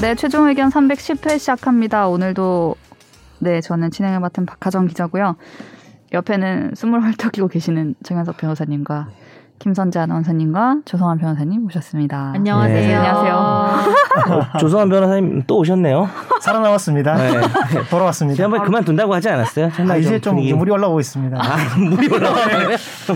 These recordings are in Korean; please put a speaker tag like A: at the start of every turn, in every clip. A: 네, 최종 의견 310회 시작합니다. 오늘도 네, 저는 진행을 맡은 박하정 기자고요. 옆에는 숨을 헐떡이고 계시는 정현석
B: 네.
A: 변호사님과 김선재 아나운서님과 조성환 변호사님 오셨습니다.
C: 안녕하세요.
B: 네.
A: 아. 안녕하세요.
B: 조성한 변호사님 또 오셨네요.
D: 아, 살아남았습니다.
B: 네.
D: 돌아왔습니다.
B: 지난번에 그만둔다고 하지 않았어요?
D: 아,
B: 첫날
D: 이제 좀
B: 분위기-
D: 물이 올라오고 있습니다.
B: 아, 물이 올라와요.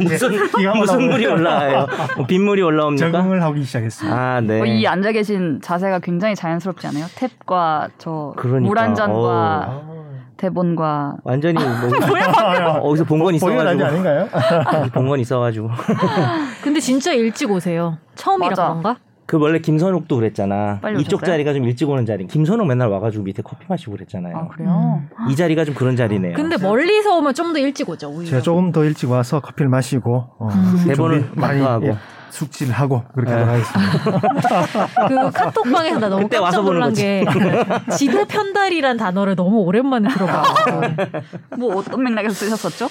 B: 무슨
D: 기가 막히네.
B: 무슨 물이 올라와요? 뭐 빗물이 올라옵니까?
D: 적응을 하기 시작했습니다.
B: 아,
A: 어, 이
B: 네.
A: 앉아 계신 자세가 굉장히 자연스럽지 않아요? 탭과 저
B: 그러니까, 어.
A: 물 한 잔과
D: 아,
A: 대본과
B: 완전히
A: 아,
B: 뭐
D: 뭐야?
B: 어디서 본 건
D: 보이는 라디오
B: 있어가지고
D: 아닌가요?
B: 본 건 있어가지고
C: 근데 진짜 일찍 오세요. 처음이라
A: 맞아.
C: 그런가?
B: 그 원래 김선욱도 그랬잖아.
A: 빨리
B: 이쪽
A: 오셨어요?
B: 자리가 좀 일찍 오는 자리. 김선욱 맨날 와가지고 밑에 커피 마시고 그랬잖아요.
A: 아 그래요?
B: 이 자리가 좀 그런 자리네요.
C: 근데 멀리서 오면 좀 더 일찍 오죠. 오히려.
D: 제가 조금 더 일찍 와서 커피를 마시고 어,
B: 대본을
D: 준비 많이
B: 음. 하고. 예.
D: 예, 숙지를 하고 그렇게 하도록 하겠습니다.
C: 그 카톡방에서 나 너무
B: 그때
C: 깜짝
B: 와서 보는
C: 놀란 게 지도 편달이란 단어를 너무 오랜만에 들어봐.
B: 음.
A: 뭐 어떤 맥락에서 쓰셨었죠?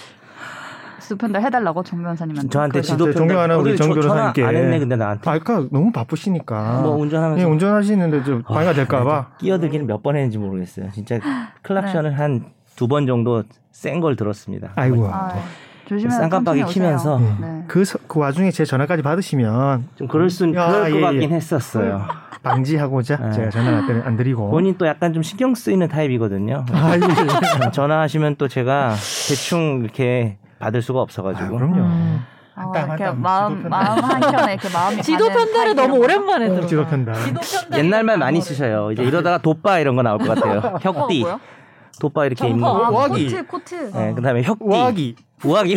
A: 수편달 해달라고 정 변호사님한테
B: 저한테
A: 그래서
B: 지도
D: 네, 존경하는 우리 정 변호사님께.
B: 안 했네 근데 나한테
D: 아, 그러니까 너무 바쁘시니까.
B: 뭐 운전하면서 아,
D: 예, 운전하시는데 좀 방해가 될까봐.
B: 끼어들기는 몇 번 했는지 모르겠어요. 진짜
A: 네.
B: 클락션을 한 두 번 정도 센 걸 들었습니다.
D: 아이고.
A: 아, 조심해서 천천히
B: 쌍깜빡이
A: 오세요.
B: 키면서
A: 네.
D: 그, 서- 그 와중에 제 전화까지 받으시면
B: 좀 그럴 순
D: 야,
B: 그럴 것
D: 예, 예.
B: 같긴 했었어요.
D: 방지하고자
B: 네.
D: 제가 전화를 안 드리고.
B: 본인 또 약간 좀 신경 쓰이는 타입이거든요.
D: 아, 예.
B: 전화하시면 또 제가 대충 이렇게 받을 수가
D: 아,
B: 없어가지고
D: 그럼요.
C: 음.
A: 어,
D: 땀,
A: 이렇게
D: 땀.
A: 마음
D: 지도
A: 마음 한켠에 이렇게 마음이
C: 지도
A: 가는
C: 편달을
A: 타입이라고.
C: 너무 오랜만에 들어.
D: 지도 편달.
B: 옛날 말 많이 쓰셔요. 이제 이러다가 돋바 이런 거 나올 것 같아요.
A: 어,
B: 혁디,
A: 뭐요?
B: 돋바 이렇게 있는.
A: 아,
B: 거.
D: 우아기.
A: 코트 코트.
B: 네, 그다음에 혁디,
D: 우아기.
B: 우아기,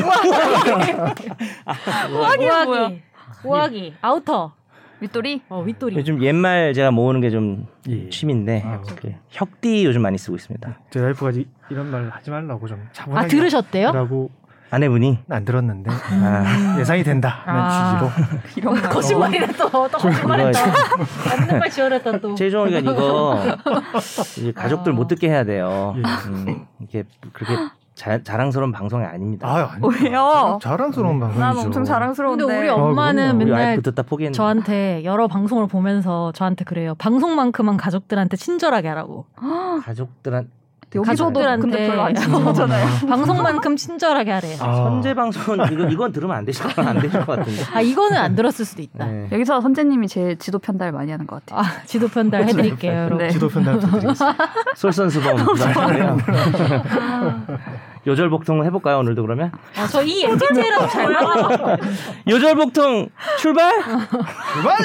A: 우아기가 뭐야?
C: 오하기. 오하기. 아우터.
A: 밑돌이?
C: 어, 윗돌이.
B: 요즘 옛말 제가 모으는 게 좀
D: 예.
B: 취미인데
D: 아,
B: 그 혁디 요즘 많이 쓰고 있습니다.
D: 제 와이프가 지- 이런 말 하지 말라고 좀 차분하게
C: 아, 들으셨대요?
D: 라고
B: 아내분이
D: 안 들었는데
B: 아,
D: 예상이 된다는
C: 아.
D: 취지로
A: 이런 거.
C: 거짓말이라 또, 또 거짓말했다. 없는 말 지어냈다 또.
B: 최종 의견 이거 아. 이제 가족들 못 듣게 해야 돼요.
D: 예.
B: 음, 이게 그렇게 자, 자랑스러운 방송이 아닙니다.
D: 아 아니
A: 왜요?
D: 자랑스러운 방송이죠.
A: 난 엄청
C: 근데
A: 자랑스러운데.
C: 우리
D: 어,
C: 엄마는
D: 그럼요.
B: 우리
C: 맨날
B: 와이프 듣다 포기했는데
C: 저한테 여러 방송을 보면서 저한테 그래요. 방송만큼은 가족들한테 친절하게 하라고.
B: 가족들한
A: 여기서도
C: 가족들한테-
A: 근데 별로 안 친하잖아요.
D: 음.
C: 방송만큼 친절하게 하래요.
D: 아.
B: 선제 방송은 이건, 이건 들으면 안 되실 안 되실 것 같은데.
C: 아 이거는 안 들었을 수도 있다.
B: 네.
A: 여기서 선재님이 제 지도 편달 많이 하는 것 같아요.
C: 아 지도 편달 해드릴게요, 여러분.
A: 네.
D: 지도 편달 부탁드리겠습니다.
B: 솔선수범 부탁드려요. 요절복통 해볼까요 오늘도 그러면?
C: 아, 저이 MBTI라도 잘 나가요.
B: 요절복통 출발!
D: 출발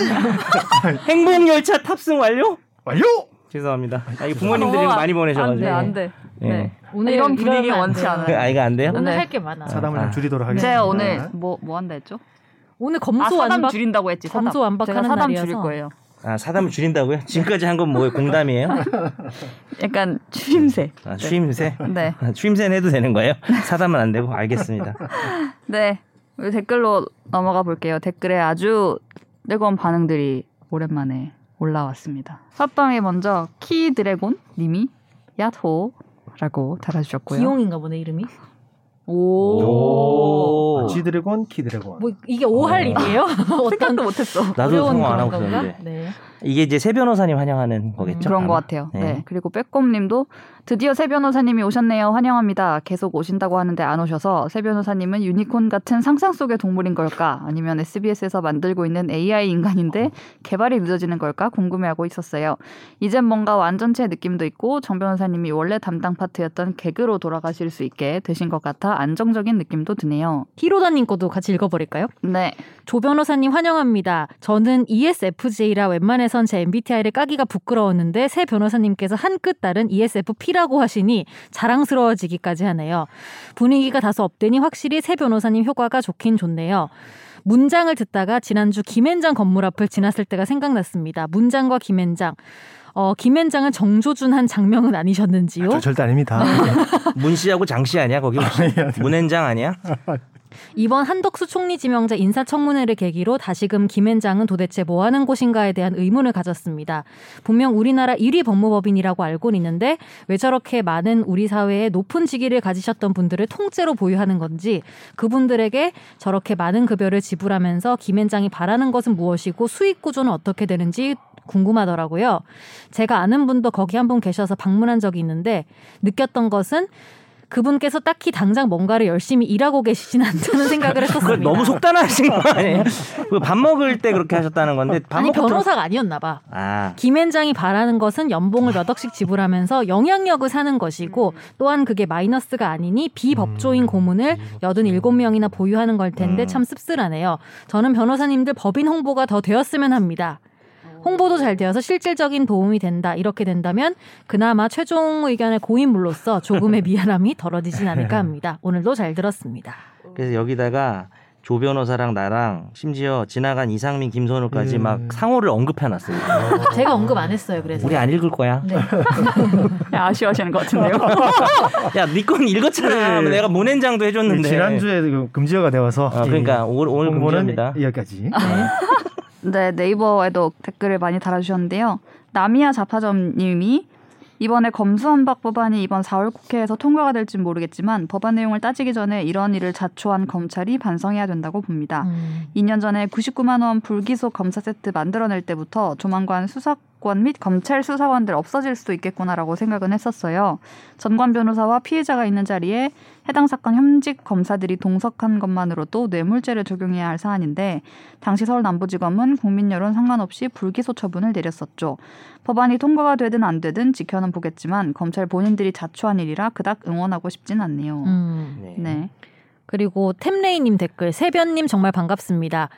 B: 행복열차 탑승 완료?
D: 완료.
B: 죄송합니다. 아, 이 부모님들이
A: 너무 어, 안-
B: 많이 보내셔가지고.
A: 안돼 안돼.
B: 예.
A: 네. 이런 분위기 원치 않아요.
B: 아이가 안 돼요?
C: 오늘
A: 네.
C: 할 게 많아.
D: 사담을
B: 아.
D: 좀 줄이도록 하겠습니다.
A: 제 오늘 뭐 뭐 한다 했죠?
C: 오늘
A: 아 사담
C: 검소완박
A: 줄인다고 했지. 사담.
C: 검소완박하는
A: 제가 사담
C: 날이어서.
A: 줄일 거예요.
B: 아 사담을 줄인다고요? 지금까지 한 건 뭐예요? 공담이에요?
A: 약간 추임새.
B: 아, 추임새?
A: 네.
B: 아, 추임새는 해도 되는 거예요? 사담은 안 되고 알겠습니다.
A: 네. 우리 댓글로 넘어가 볼게요. 댓글에 아주 뜨거운 반응들이 오랜만에 올라왔습니다. 팟빵에 먼저 키 드래곤 님이 야호라고 달아주셨고요.
C: 기용인가 보네 이름이.
A: 오.
C: 아,
D: G 드래곤, 키 드래곤.
C: 뭐 이게 오할 일이에요? 어떤
A: 생각도 못했어.
B: 나도
C: 어려운
B: 성공 안 하고
C: 그런 건가?
B: 있었는데
C: 네.
B: 이게 이제 새 변호사님 환영하는 거겠죠?
A: 그런 것
B: 아마?
A: 같아요. 네. 그리고 빼꼼님도 드디어 새 변호사님이 오셨네요. 환영합니다. 계속 오신다고 하는데 안 오셔서 새 변호사님은 유니콘 같은 상상 속의 동물인 걸까? 아니면 SBS에서 만들고 있는 AI 인간인데 개발이 늦어지는 걸까? 궁금해하고 있었어요. 이젠 뭔가 완전체 느낌도 있고 정 변호사님이 원래 담당 파트였던 개그로 돌아가실 수 있게 되신 것 같아 안정적인 느낌도 드네요.
C: 히로다님 것도 같이 읽어버릴까요?
A: 네.
C: 조 변호사님 환영합니다. 저는 E ESFJ라 웬만해선 제 MBTI를 까기가 부끄러웠는데 새 변호사님께서 한 끗 다른 E ESFP라고 하시니 자랑스러워지기까지 하네요. 분위기가 다소 업되니 확실히 새 변호사님 효과가 좋긴 좋네요. 문장을 듣다가 지난주 김앤장 건물 앞을 지났을 때가 생각났습니다. 문장과 김앤장. 어, 김앤장은 정조준 한 장명은
D: 그렇죠.
C: 아니셨는지요?
B: 네.
D: 저 절대 아닙니다.
C: 아, 예,
B: 문 씨하고 장 씨 아니야? 거기 혹시? 문앤장 아니야?
C: 이번 한덕수 총리 지명자 인사청문회를 계기로 다시금 김앤장은 도대체 뭐 하는 곳인가에 대한 의문을 가졌습니다. 분명 우리나라 1위 법무법인이라고 알고 있는데 왜 저렇게 많은 우리 사회에 높은 직위를 가지셨던 분들을 통째로 보유하는 건지 그분들에게 저렇게 많은 급여를 지불하면서 김앤장이 바라는 것은 무엇이고 수익 구조는 어떻게 되는지 궁금하더라고요. 제가 아는 분도 거기 한 분 계셔서 방문한 적이 있는데 느꼈던 것은 그분께서 딱히 당장 뭔가를 열심히 일하고 계시진 않다는 생각을
B: 그걸
C: 했었습니다.
B: 너무 속단하신 거 아니에요? 그밥 먹을 때 그렇게 하셨다는 건데 밥
C: 아니
B: 먹고 들어-
C: 변호사가 아니었나 봐.
B: 아
C: 김앤장이 바라는 것은 연봉을 몇 억씩 지불하면서 영향력을 사는 것이고 또한 그게 마이너스가 아니니 비법조인
D: 음,
C: 고문을
D: 비법조인.
C: 87명이나 보유하는 걸 텐데
B: 음.
C: 참 씁쓸하네요. 저는 변호사님들 법인 홍보가 더 되었으면 합니다. 홍보도 잘 되어서 실질적인 도움이 된다. 이렇게 된다면 그나마 최종 의견의 고인물로서 조금의 미안함이 덜어지진 않을까 합니다. 오늘도 잘 들었습니다.
B: 그래서 여기다가 조 변호사랑 나랑 심지어 지나간 이상민 김선우까지
C: 예.
D: 음.
B: 막 상호를 언급해놨어요.
C: 제가 언급 안 했어요. 그래서 음.
B: 우리 안 읽을 거야.
A: 네, 아쉬워하시는 것 같은데요.
B: 야, 니건 읽었잖아.
D: 네.
B: 내가 모낸장도 해줬는데.
D: 지난주에 그 금지어가 되어서 예,
B: 아, 그러니까 오- 오늘 금지어입니다.
D: 여기까지.
A: 네, 네이버에도 댓글을 많이 달아주셨는데요. 나미야 자파점님이 이번에 검수완박 법안이 이번 4월 국회에서 통과가 될진 모르겠지만 법안 내용을 따지기 전에 이런 일을 자초한 검찰이 반성해야 된다고
D: 아.
A: 봅니다.
C: 음.
A: 2년 전에 99만 원 불기소 검사 세트 만들어낼 때부터 조만간 수사권 및 검찰 수사관들 없어질 수도 있겠구나라고 생각은 했었어요. 전관 변호사와 피해자가 있는 자리에 해당 사건 현직 검사들이 동석한 것만으로도 뇌물죄를 적용해야 할 사안인데 당시 서울 남부지검은 국민 여론 상관없이 불기소 처분을 내렸었죠. 법안이 통과가 되든 안 되든 지켜는 보겠지만 검찰 본인들이 자초한 일이라 그닥 응원하고 싶진 않네요.
C: 음.
B: 네.
A: 네.
C: 그리고 템레이님 댓글 세변님 정말 반갑습니다.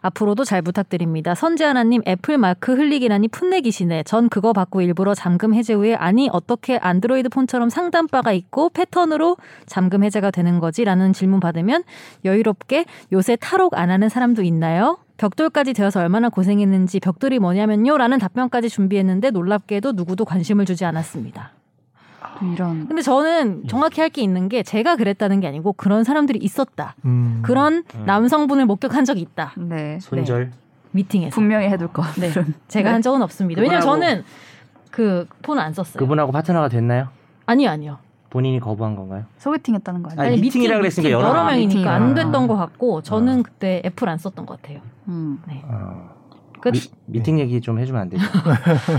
C: 앞으로도 잘 부탁드립니다. 선지하나님 애플 마크 흘리기라니 풋내기시네. 전 그거 받고 일부러 잠금 해제 후에 아니 어떻게 안드로이드 폰처럼 상단바가 있고 패턴으로 잠금 해제가 되는 거지라는 질문 받으면 여유롭게 요새 탈옥 안 하는 사람도 있나요? 벽돌까지 되어서 얼마나 고생했는지 벽돌이 뭐냐면요라는 답변까지 준비했는데 놀랍게도 누구도 관심을 주지 않았습니다. 네.
A: 이런
C: 근데 저는 정확히 할 게 있는 게 제가 그랬다는 게 아니고 그런 사람들이 있었다.
D: 음.
C: 그런
B: 음.
C: 남성분을 목격한 적이 있다.
A: 네.
B: 손절.
C: 미팅에서.
A: 분명히 해둘 것.
C: 아. 네. 제가 한 적은 없습니다. 왜냐면
B: 그분하고-
C: 저는 그 폰 안 썼어요.
B: 그분하고 파트너가 됐나요?
C: 아니요, 아니요.
B: 본인이 거부한 건가요?
A: 소개팅했다는 거 아니에요?
B: 아니, 미팅이라 그랬으니까
C: 미팅,
B: 여러
C: 여러 명이니까
A: 아,
C: 안
A: 미팅.
C: 됐던 것 같고 저는
B: 아.
C: 그때 애플 안 썼던 것 같아요.
A: 음.
B: 어,
C: 그
B: 미, 미팅 얘기 좀 해주면 안 되죠?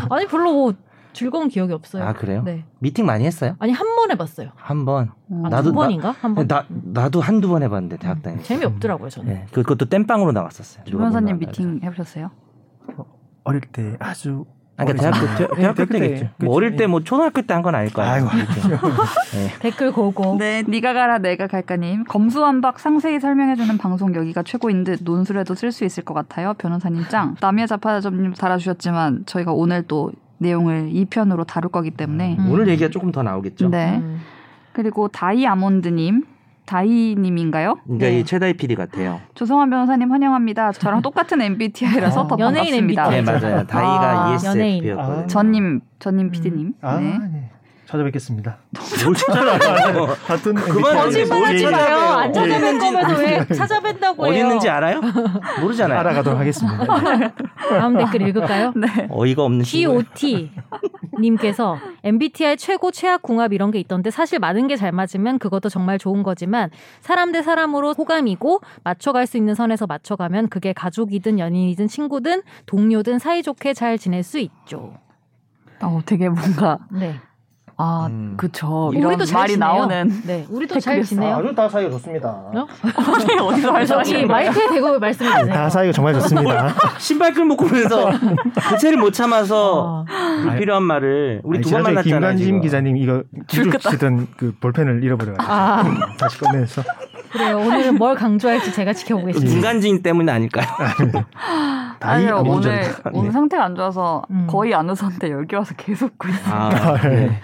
C: 아니 별로 뭐 즐거운 기억이 없어요.
B: 아 그래요?
C: 네.
B: 미팅 많이 했어요?
C: 아니 한 번 해봤어요.
B: 한 번.
A: 음.
C: 아,
B: 나도-
C: 두
B: 나-
C: 번인가 한 번. 음.
B: 나 나도 한두 번 해봤는데 대학 다닐 때.
C: 재미 없더라고요 저는.
B: 네, 그- 그것도 땜빵으로 나갔었어요. 누가
A: 변호사님
B: 보면 알죠.
A: 미팅 해보셨어요?
D: 어릴 때 아주
B: 아, 그러니까 대학교 대,
D: 네,
B: 대학교
D: 대학교
B: 때겠죠.
D: 때.
B: 뭐 어릴
D: 그치.
B: 때 뭐 초등학교 때 한 건 아닐 그렇죠. 거야.
D: 아이고.
C: 댓글 고고.
A: 네, 네가 가라 내가 갈까님 검수완박 상세히 설명해주는 방송 여기가 최고인 듯 논술에도 쓸 수 있을 것 같아요 변호사님 짱 남의 자파점님 달아주셨지만 저희가 오늘 또 내용을 2편으로 다룰 거기 때문에
C: 음.
B: 오늘 얘기가 조금 더 나오겠죠.
A: 네
C: 음.
A: 그리고 다이아몬드님 다이님인가요?
B: 그러니까
C: 네.
B: 이 최다희 PD 같아요.
A: 조성환 변호사님 환영합니다 저랑 똑같은 MBTI라서 더
D: 어,
C: 연예인
A: 반갑습니다
B: 네
C: MBTI. 맞아요.
B: 맞아요. 다희가 E
A: 아,
B: ESFP였거든요.
D: 연예인.
A: 전님 전님 PD님
D: 아,
A: 네.
D: 네. 찾아뵙겠습니다.
B: 뭘 찾아요?
D: 같은
B: 그만
D: MBTI 를
C: 거짓말하지
D: 예,
C: 마요. 안
B: 어디
C: 찾아뵌
B: 있는지-
C: 거면서 왜 찾아뵌다고 해요?
B: 어디 있는지 알아요? 모르잖아요.
D: 알아가도록 하겠습니다.
C: 다음 댓글 읽을까요?
A: 네
B: 어이가 없는 친구.
C: GOT 님께서 MBTI 최고 최악 궁합 이런 게 있던데 사실 많은 게 잘 맞으면 그것도 정말 좋은 거지만 사람 대 사람으로 호감이고 맞춰갈 수 있는 선에서 맞춰가면 그게 가족이든 연인이든 친구든 동료든 사이좋게 잘 지낼 수 있죠.
A: 어, 되게 뭔가
C: 네.
A: 아
D: 음.
A: 그쵸 이런
C: 우리도 잘
A: 말이
C: 지내요.
A: 나오는
C: 네. 우리도 잘
A: 댓글이었어요. 아,
C: 지내요.
D: 다 사이가 좋습니다.
C: 어?
A: 어디서
C: 저기 마이크에 대고 말씀해 주세요.
D: 네,
B: 아,
D: 다 사이가 정말 좋습니다.
B: 신발끈 묶고 그래서 부채를 못 참아서
C: 어.
B: 불필요한 말을 우리
D: 아니,
B: 두 번
D: 지난주에
B: 만났잖아요.
D: 김관심
B: 지금.
D: 기자님 이거
A: 줄 끄다.
D: 쓰던 그 볼펜을 잃어버려가지고 음,
C: 아,
D: 다시 꺼내서
C: 그래요. 오늘은 뭘 강조할지 제가 지켜보겠습니다.
B: 김관진 때문이 아닐까요?
D: 다이
A: 아니요
D: 아몬드.
A: 오늘 오늘 상태가 안 좋아서
C: 음.
A: 거의 안 웃었는데 여기 와서 계속 웃고 있어요.
B: 아, 네.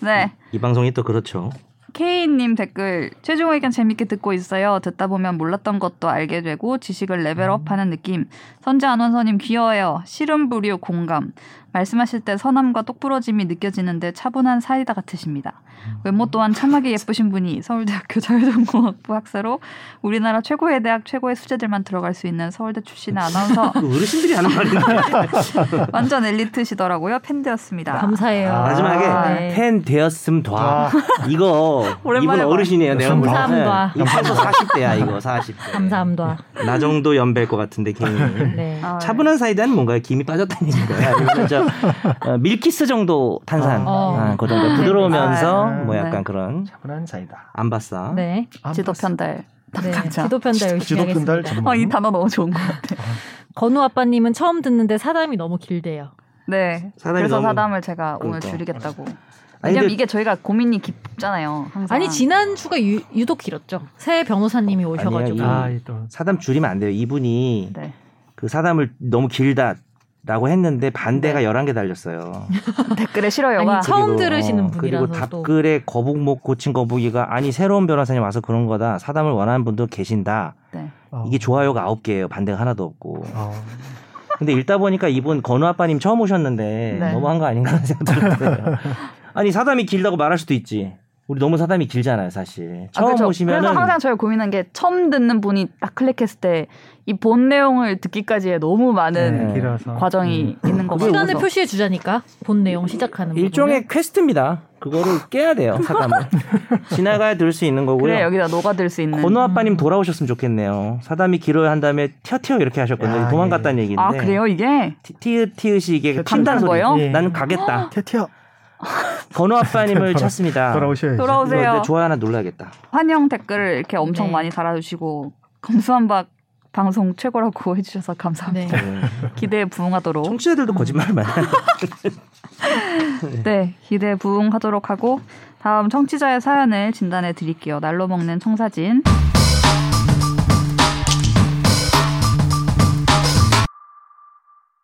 A: 네.
B: 이 방송이 또 그렇죠.
A: 케이님 댓글 최종 의견 재밌게 듣고 있어요. 듣다 보면 몰랐던 것도 알게
C: 음.
A: 되고 지식을 레벨업하는 느낌. 선재 안원서님 귀여워요. 시름 부류 공감. 말씀하실 때 선함과 똑부러짐이 느껴지는데 차분한 사이다 같으십니다.
C: 음.
A: 외모 또한 참하게 예쁘신 분이 서울대학교 자유전공학부 학사로 우리나라 최고의 대학 최고의 수재들만 들어갈 수 있는 서울대 출신의 아나운서
B: 그 어르신들이 하는
D: 아.
B: 말인데
A: 완전 엘리트시더라고요. 팬 되었습니다.
C: 감사해요.
D: 아,
B: 마지막에
A: 네.
B: 팬 되었음 둬
D: 아.
B: 이거
A: 오랜만에
B: 이분 어르신이에요 내가 볼 때.
C: 감사합니다.
B: 네, 이거 최소 40대야 이거 40대
C: 감사합니다.
B: 나 정도 연배일 것 같은데 개인이
C: 네.
A: 아,
B: 차분한 사이다는 뭔가 김이 빠졌다는 얘기인가요? 아니면 저 어, 밀키스 정도 탄산
C: 어.
B: 아, 그 정도 부드러우면서
D: 네.
B: 뭐
A: 네.
B: 약간 그런
D: 차분한 사이다.
B: 안바싸
C: 네.
D: 아,
A: 지도
D: 봤어.
A: 편달.
C: 네.
A: 감사.
C: 지도 편달 열심히
D: 지도 편달
C: 하겠습니다.
D: 전문.
A: 어, 이 단어 너무 좋은 것 같아.
C: 건우 아빠님은 처음 듣는데 사담이 너무 길대요.
A: 네.
B: 사담이
A: 그래서
B: 너무-
A: 사담을 제가 오늘
B: 그러니까.
A: 줄이겠다고.
B: 아니,
A: 왜냐면
B: 근데-
A: 이게 저희가 고민이 깊잖아요. 항상.
C: 아니 지난 주가 유, 유독 길었죠. 새 변호사님이 오셔가지고.
B: 아니에요,
D: 아, 이또
B: 사담 줄이면 안 돼요. 이분이
A: 네.
B: 그 사담을 너무 길다라고 했는데 반대가 11개 달렸어요.
A: 댓글에 싫어요가
C: 아니, 처음
B: 그리고,
C: 들으시는
B: 어,
C: 분이라서
B: 그리고
C: 또.
B: 답글에 거북목 고친 거북이가 아니 새로운 변호사님 와서 그런 거다. 사담을 원하는 분도 계신다.
A: 네.
D: 어.
B: 이게 좋아요가 9개예요. 반대가 하나도 없고.
D: 어.
B: 근데 읽다 보니까 이분 건우 아빠님 처음 오셨는데
A: 네.
B: 너무한 거 아닌가 하는 생각 들었어요. 아니 사담이 길다고 말할 수도 있지. 우리 너무 사담이 길잖아요, 사실.
A: 아,
B: 처음
A: 그렇죠.
B: 오시면은
A: 그래서 항상 저희 고민한 게 처음 듣는 분이 딱 클릭했을 때 이 본 내용을 듣기까지에 너무 많은
B: 네. 음.
D: 길어서.
A: 과정이 있는 것 같아서
C: 시간을 표시해 주자니까 본 내용 시작하는
B: 일종의 퀘스트입니다. 그거를 깨야 돼요, 사담을. 지나가야 들 수 있는 거고요.
A: 그래 여기다 녹아들 수 있는 음.
B: 건우 아빠님 돌아오셨으면 좋겠네요. 사담이 길어야 한 다음에 튀어튀어 이렇게 하셨거든요.
D: 야,
B: 도망갔다는 얘기인데.
A: 아 그래요 이게
B: 티- 티읕 티읕이 이게
D: 튀어튀어
B: 간다는
A: 거예요? 아.
B: 소리.
D: 예.
B: 나는 가겠다.
D: 캐티어
B: 건우 아빠님을
D: 돌아-
B: 찾습니다.
D: 돌아오셔야죠.
B: 이거
A: 돌아오세요
B: 내 좋아요 하나 눌러야겠다.
A: 환영 댓글을 이렇게 엄청
C: 네.
A: 많이 달아주시고 검수한박 방송 최고라고 해주셔서
C: 네.
A: 감사합니다
B: 네.
A: 기대에 부응하도록
B: 청취자들도 거짓말을 많이 하는
A: 네, 기대 부응하도록 하고 다음 청취자의 사연을 진단해 드릴게요. 날로 먹는 청사진.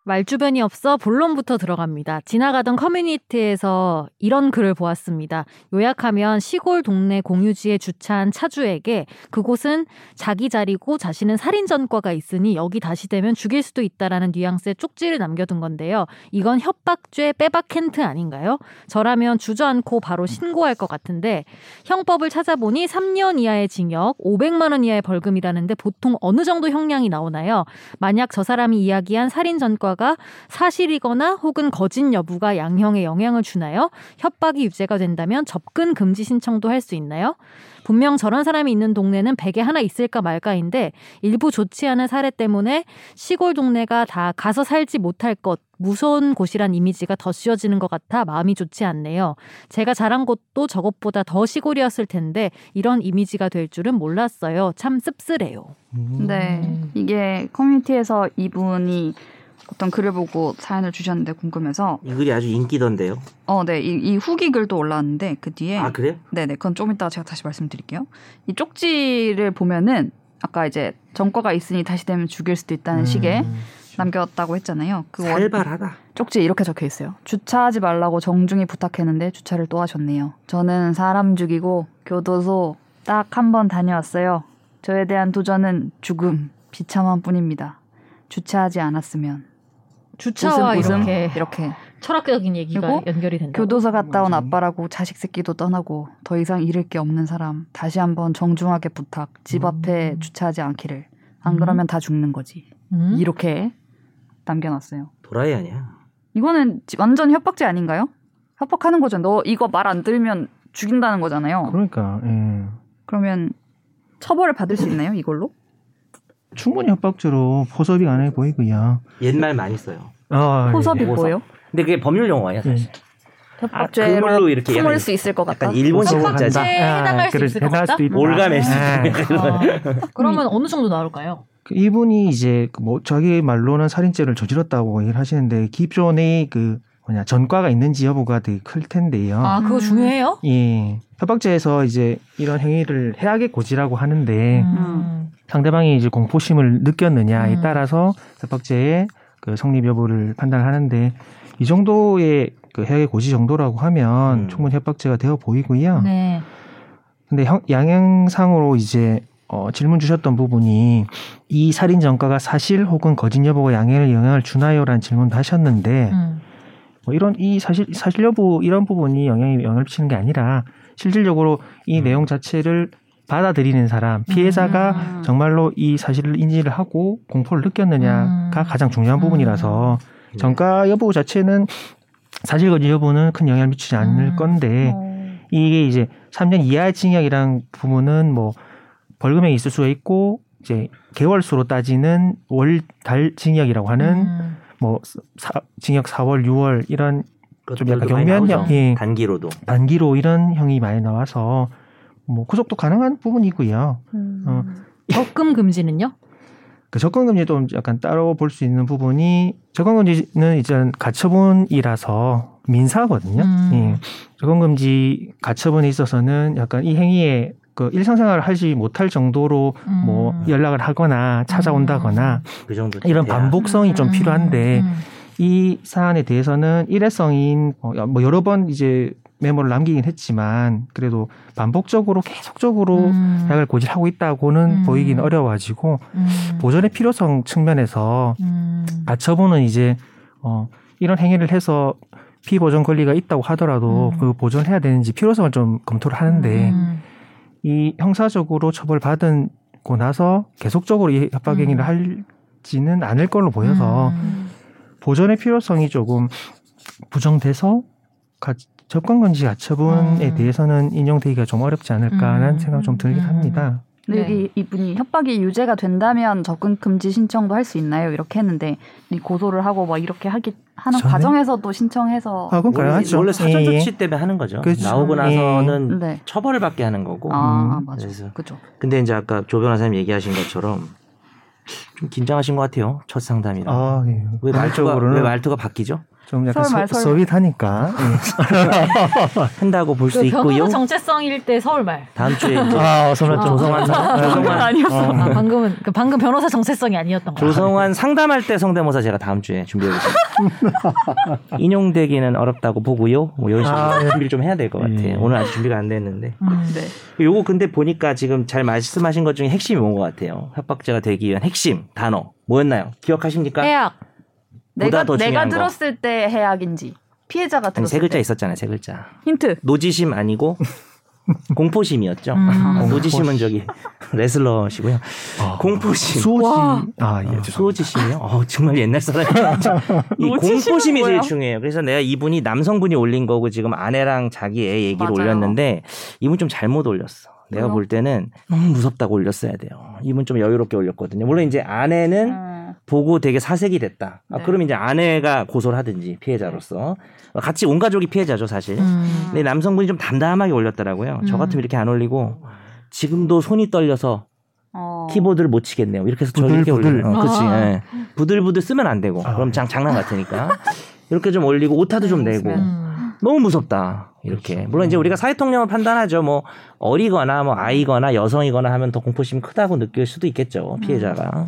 C: 말주변이 없어 본론부터 들어갑니다. 지나가던 커뮤니티에서 이런 글을 보았습니다. 요약하면 시골 동네 공유지에 주차한 차주에게 그곳은 자기 자리고 자신은 살인 전과가 있으니 여기 다시 되면 죽일 수도 있다라는 뉘앙스의 쪽지를 남겨둔 건데요. 이건 협박죄 빼박 캔트 아닌가요? 저라면 주저않고 바로 신고할 것 같은데 형법을 찾아보니 3년 이하의 징역, 500만 원 이하의 벌금이라는데 보통 어느 정도 형량이 나오나요? 만약 저 사람이 이야기한 살인 전과가 사실이거나 혹은 거짓 여부가 양형에 영향을 주나요? 협박이 유죄가 된다면 접근 금지 신청도 할 수 있나요? 분명 저런 사람이 있는 동네는 100에 하나 있을까 말까인데 일부 좋지 않은 사례 때문에 시골 동네가 다 가서 살지 못할 것 무서운 곳이란 이미지가 더 씌워지는 것 같아 마음이 좋지 않네요. 제가 자란 곳도 저것보다 더 시골이었을 텐데 이런 이미지가 될 줄은 몰랐어요. 참 씁쓸해요.
D: 음.
A: 네, 이게 커뮤니티에서 이분이 어떤 글을 보고 사연을 주셨는데 궁금해서
B: 이 글이 아주 인기던데요.
A: 어, 네, 이, 이 후기 글도 올라왔는데 그 뒤에
B: 아 그래요?
A: 네, 네, 그건 좀 이따 제가 다시 말씀드릴게요. 이 쪽지를 보면은 아까 이제 전과가 있으니 다시 되면 죽일 수도 있다는
D: 음.
A: 식의 남겼다고 했잖아요. 그 원-
B: 음. 살발하다.
A: 쪽지에 이렇게 적혀 있어요. 주차하지 말라고 정중히 부탁했는데 주차를 또 하셨네요. 저는 사람 죽이고 교도소 딱 한 번 다녀왔어요. 저에 대한 도전은 죽음, 비참한 뿐입니다. 주차하지 않았으면
C: 주차와
A: 웃음, 웃음,
C: 이렇게 뭐,
A: 이렇게
C: 철학적인 얘기가
A: 그리고
C: 연결이 된다.
A: 교도소 갔다 온
D: 맞아요.
A: 아빠라고 자식 새끼도 떠나고 더 이상 잃을 게 없는 사람 다시 한번 정중하게 부탁 집 앞에
C: 음.
A: 주차하지 않기를 안
C: 음.
A: 그러면 다 죽는 거지
C: 음?
A: 이렇게 남겨놨어요.
B: 도라이 아니야.
A: 이거는 지- 완전 협박죄 아닌가요? 협박하는 거죠. 너 이거 말 안 들면 죽인다는 거잖아요.
D: 그러니까 예.
A: 그러면 처벌을 받을 수 있나요? 이걸로?
D: 충분히 협박죄로 포섭이 가능해 보이고요.
B: 옛말 많이 써요.
D: 아,
A: 포섭이
B: 예.
A: 뭐예요?
B: 근데 그게 법률 용어예요.
D: 예.
B: 사실.
A: 협박죄로
B: 그걸로 이렇게
A: 품을
B: 약간-
A: 수 있을 것 같다.
B: 약간 일본 네.
D: 포섭을
B: 식자재.
D: 한다.
C: 협박죄에 해당할 수
D: 아, 그래,
C: 있을 것
D: 뭐 해당할
C: 같다?
D: 수도 있다.
B: 올가매스.
D: 예.
C: 아, 그러면 어느 정도 나올까요?
D: 그 이분이 이제 그뭐 자기 말로는 살인죄를 저질렀다고 얘기를 하시는데 기존의 그 뭐냐 전과가 있는지 여부가 되게 클 텐데요.
C: 아 그거
A: 음.
C: 중요해요?
D: 예. 협박죄에서 이제 이런 행위를 해악의 고지라고 하는데
C: 음.
D: 상대방이 이제 공포심을 느꼈느냐에
C: 음.
D: 따라서 협박죄의 그 성립 여부를 판단하는데 이 정도의 그 해악의 고지 정도라고 하면
B: 음.
D: 충분히 협박죄가 되어
A: 음.
D: 보이고요.
C: 네.
D: 근데 형- 양형상으로 이제 어, 질문 주셨던 부분이 이 예. 살인 전과가 사실 혹은 거짓 여부가 양해를 영향을 주나요라는 질문도 하셨는데
C: 음.
D: 뭐 이런 이 사실 사실 여부 이런 부분이 영향이 영향을 미치는 게 아니라 실질적으로 이
B: 음.
D: 내용 자체를 받아들이는 사람 피해자가
A: 음.
D: 정말로 이 사실을 인지를 하고 공포를 느꼈느냐가
C: 음.
D: 가장 중요한
C: 음.
D: 부분이라서
B: 네.
D: 전과 여부 자체는 사실 건지 여부는 큰 영향을 미치지 않을
C: 음.
D: 건데
A: 어.
D: 이게 이제 3년 이하의 징역이란 부분은 뭐 벌금형이 있을 수가 있고 이제 개월수로 따지는 월 달 징역이라고 하는
C: 음.
D: 뭐 사- 징역 4월, 6월 이런 좀 약간
B: 그것도 많이
D: 경미한형,
B: 나오죠.
D: 예,
B: 단기로도
D: 단기로 이런 형이 많이 나와서 뭐 구속도 가능한 부분이고요.
A: 음.
D: 어.
C: 적금 금지는요?
D: 그 적금금지도 약간 따로 볼 수 있는 부분이 적금금지는 일단 가처분이라서 민사거든요.
C: 음.
D: 예. 적금금지 가처분에 있어서는 약간 이 행위에 그 일상생활을 하지 못할 정도로
C: 음.
D: 뭐 연락을 하거나 찾아온다거나
B: 그 정도
D: 이런
B: 돼야
D: 반복성이 좀
C: 음.
D: 필요한데
C: 음.
D: 이 사안에 대해서는 일회성인 어, 뭐 여러 번 이제 메모를 남기긴 했지만 그래도 반복적으로 계속적으로
C: 음.
D: 약을 고질하고 있다고는
C: 음.
D: 보이긴 어려워가지고
C: 음.
D: 보존의 필요성 측면에서
C: 음.
D: 가처분은 이제 어, 이런 행위를 해서 피보존 권리가 있다고 하더라도
C: 음.
D: 그 보존해야 되는지 필요성을 좀 검토를 하는데
C: 음.
D: 이 형사적으로 처벌받은고 나서 계속적으로 이
B: 음.
D: 협박 행위를 할지는 않을 걸로 보여서
C: 음.
D: 보존의 필요성이 조금 부정돼서 가, 접근금지 가처분에
C: 음.
D: 대해서는 인용되기가 좀 어렵지 않을까라는
C: 음.
D: 생각 좀 들긴
C: 음.
D: 합니다.
A: 근데
C: 네.
A: 여기 이분이 협박이 유죄가 된다면 접근 금지 신청도 할 수 있나요? 이렇게 했는데 이 고소를 하고 막 이렇게 하기 하는
D: 저는-
A: 과정에서도 신청해서
D: 아, 그건
B: 원래,
D: 가능하죠.
B: 원래 사전
D: 예, 예.
B: 조치 때문에 하는 거죠.
D: 그렇죠.
B: 나오고
D: 예.
B: 나서는
A: 네.
B: 처벌을 받게 하는 거고.
A: 아,
D: 음,
A: 맞아.
B: 그래서.
A: 그죠.
B: 근데 이제 아까 조 변호사님 얘기하신 것처럼 좀 긴장하신 것 같아요. 첫 상담이라.
D: 아, 예.
B: 왜 말투가
D: 본질적으로는
B: 왜 말투가 바뀌죠?
D: 좀 약간
A: 서울 말,
D: 소,
A: 서울
D: 소윗하니까 예.
B: 한다고 볼 수
C: 그
B: 있고요.
C: 변호사 정체성일 때 서울말.
B: 다음 주에 이제
D: 아, 소나 좀
B: 조성한 상- 조성한
A: 아니었어.
C: 아, 방금은 그 방금 변호사 정체성이 아니었던 거야.
B: 조성환 상담할 때 성대모사 제가 다음 주에 준비해 보겠습니다. 인용되기는 어렵다고 보고요. 뭐 이런 식으로
D: 아, 예.
B: 준비를 좀 해야 될 것 같아요.
D: 예.
B: 오늘 아직 준비가 안 됐는데.
C: 음.
A: 네.
B: 요거 근데 보니까 지금 잘 말씀하신 것 중에 핵심이 뭔 것 같아요. 협박자가 되기 위한 핵심 단어 뭐였나요? 기억하십니까?
C: 해약.
A: 내가
B: 더 중요한
A: 내가
B: 거.
A: 들었을 때 해악인지 피해자가
B: 아니, 세
A: 들었을
B: 글자
A: 때
B: 있었잖아요. 세 글자.
A: 힌트.
B: 노지심 아니고 공포심이었죠.
C: 음.
B: 어, 노지심은 저기 레슬러시고요. 공포심.
D: 수호지.
A: 와.
B: 어,
D: 아, 예. 죄송합니다.
B: 수호지심이요? 어, 정말 옛날 사람이야. 이
A: 노지심은
B: 공포심이
A: 뭐야?
B: 제일 중요해요. 그래서 내가 이분이 남성분이 올린 거고 지금 아내랑 자기 애 얘기를
A: 맞아요.
B: 올렸는데 이분 좀 잘못 올렸어. 내가
A: 왜요?
B: 볼 때는 너무 무섭다고 올렸어야 돼요. 이분 좀 여유롭게 올렸거든요. 물론 이제 아내는
A: 음.
B: 보고 되게 사색이 됐다. 아,
A: 네.
B: 그럼 이제 아내가 고소를 하든지 피해자로서 같이 온 가족이 피해자죠 사실.
C: 음.
B: 근데 남성분이 좀 담담하게 올렸더라고요. 저
C: 음.
B: 같으면 이렇게 안 올리고 지금도 손이 떨려서
A: 어.
B: 키보드를 못 치겠네요. 이렇게 해서 저 이렇게
D: 부들부들.
B: 올려요. 어, 그치.
C: 아.
B: 예. 부들부들 쓰면 안 되고
D: 아.
B: 그럼 장, 장난 같으니까 이렇게 좀 올리고 오타도 좀 내고
C: 음.
B: 너무 무섭다. 이렇게. 물론 이제 우리가 사회통념을 판단하죠. 뭐 어리거나 뭐 아이거나 여성이거나 하면 더 공포심이 크다고 느낄 수도 있겠죠. 피해자가.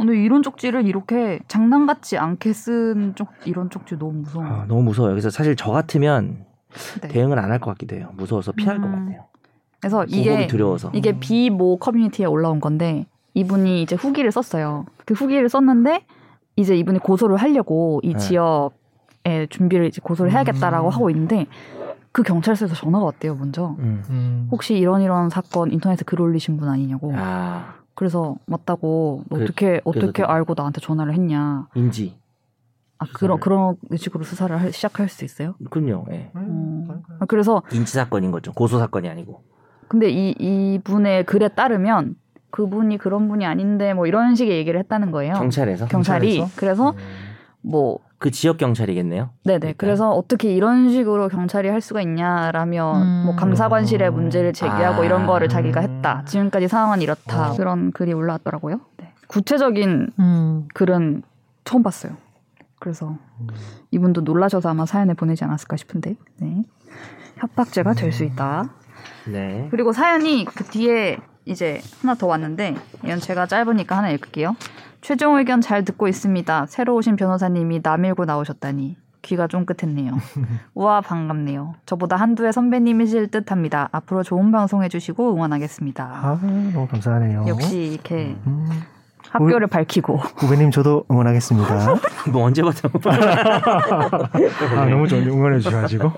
A: 오늘 이런 쪽지를 이렇게 장난 같지 않게 쓴 쪽 이런 쪽지 너무 무서워요.
B: 아, 너무 무서워요. 그래서 사실 저 같으면
A: 네.
B: 대응을 안 할 것 같기도 해요. 무서워서 피할 것
A: 음.
B: 같아요.
A: 그래서
B: 공복이
A: 이게
B: 두려워서.
A: 이게 비모 커뮤니티에 올라온 건데 이분이 이제 후기를 썼어요. 그 후기를 썼는데 이제 이분이 고소를 하려고 이
B: 네.
A: 지역에 준비를 이제 고소를 해야겠다라고
D: 음.
A: 하고 있는데 그 경찰서에서 전화가 왔대요 먼저.
B: 음.
D: 음.
A: 혹시 이런 이런 사건 인터넷에 글 올리신 분 아니냐고.
B: 아
A: 그래서 맞다고 너
B: 그래-
A: 어떻게
B: 그래서
A: 어떻게
B: 내가-
A: 알고 나한테 전화를 했냐.
B: 인지.
A: 아 그런 그런 식으로 수사를 할- 시작할 수 있어요?
B: 그럼요. 예.
A: 음. 아, 그래서
B: 인지 사건인 거죠. 고소 사건이 아니고.
A: 근데 이 이분의 글에 따르면 그분이 그런 분이 아닌데 뭐 이런 식의 얘기를 했다는 거예요.
B: 경찰에서.
A: 어.
B: 음.
A: 경찰이
D: 경찰에서?
A: 그래서 뭐
B: 그 지역 경찰이겠네요.
A: 네네
B: 그러니까.
A: 그래서 어떻게 이런 식으로 경찰이 할 수가 있냐라며
C: 음.
A: 뭐 감사관실의
D: 음.
A: 문제를 제기하고
B: 아.
A: 이런 거를 자기가
D: 음.
A: 했다 지금까지 상황은 이렇다
D: 어.
A: 그런 글이 올라왔더라고요 네. 구체적인
C: 음.
A: 글은 처음 봤어요 그래서 이분도 놀라셔서 아마 사연을 보내지 않았을까 싶은데 네. 협박죄가 될 수 있다
B: 네.
A: 그리고 사연이 그 뒤에 이제 하나 더 왔는데 이건 제가 짧으니까 하나 읽을게요. 최종 의견 잘 듣고 있습니다. 새로 오신 변호사님이 남일고 나오셨다니 귀가 쫑긋했네요. 우와 반갑네요. 저보다 한두 해 선배님이실 듯합니다. 앞으로 좋은 방송 해주시고 응원하겠습니다.
D: 아, 너무 감사하네요.
A: 역시 이렇게
D: 아, 음.
A: 학교를 밝히고
D: 후배님 저도 응원하겠습니다.
B: 뭐 언제 봤다고.
D: 아, 너무 좋은데 응원해 주셔가지고.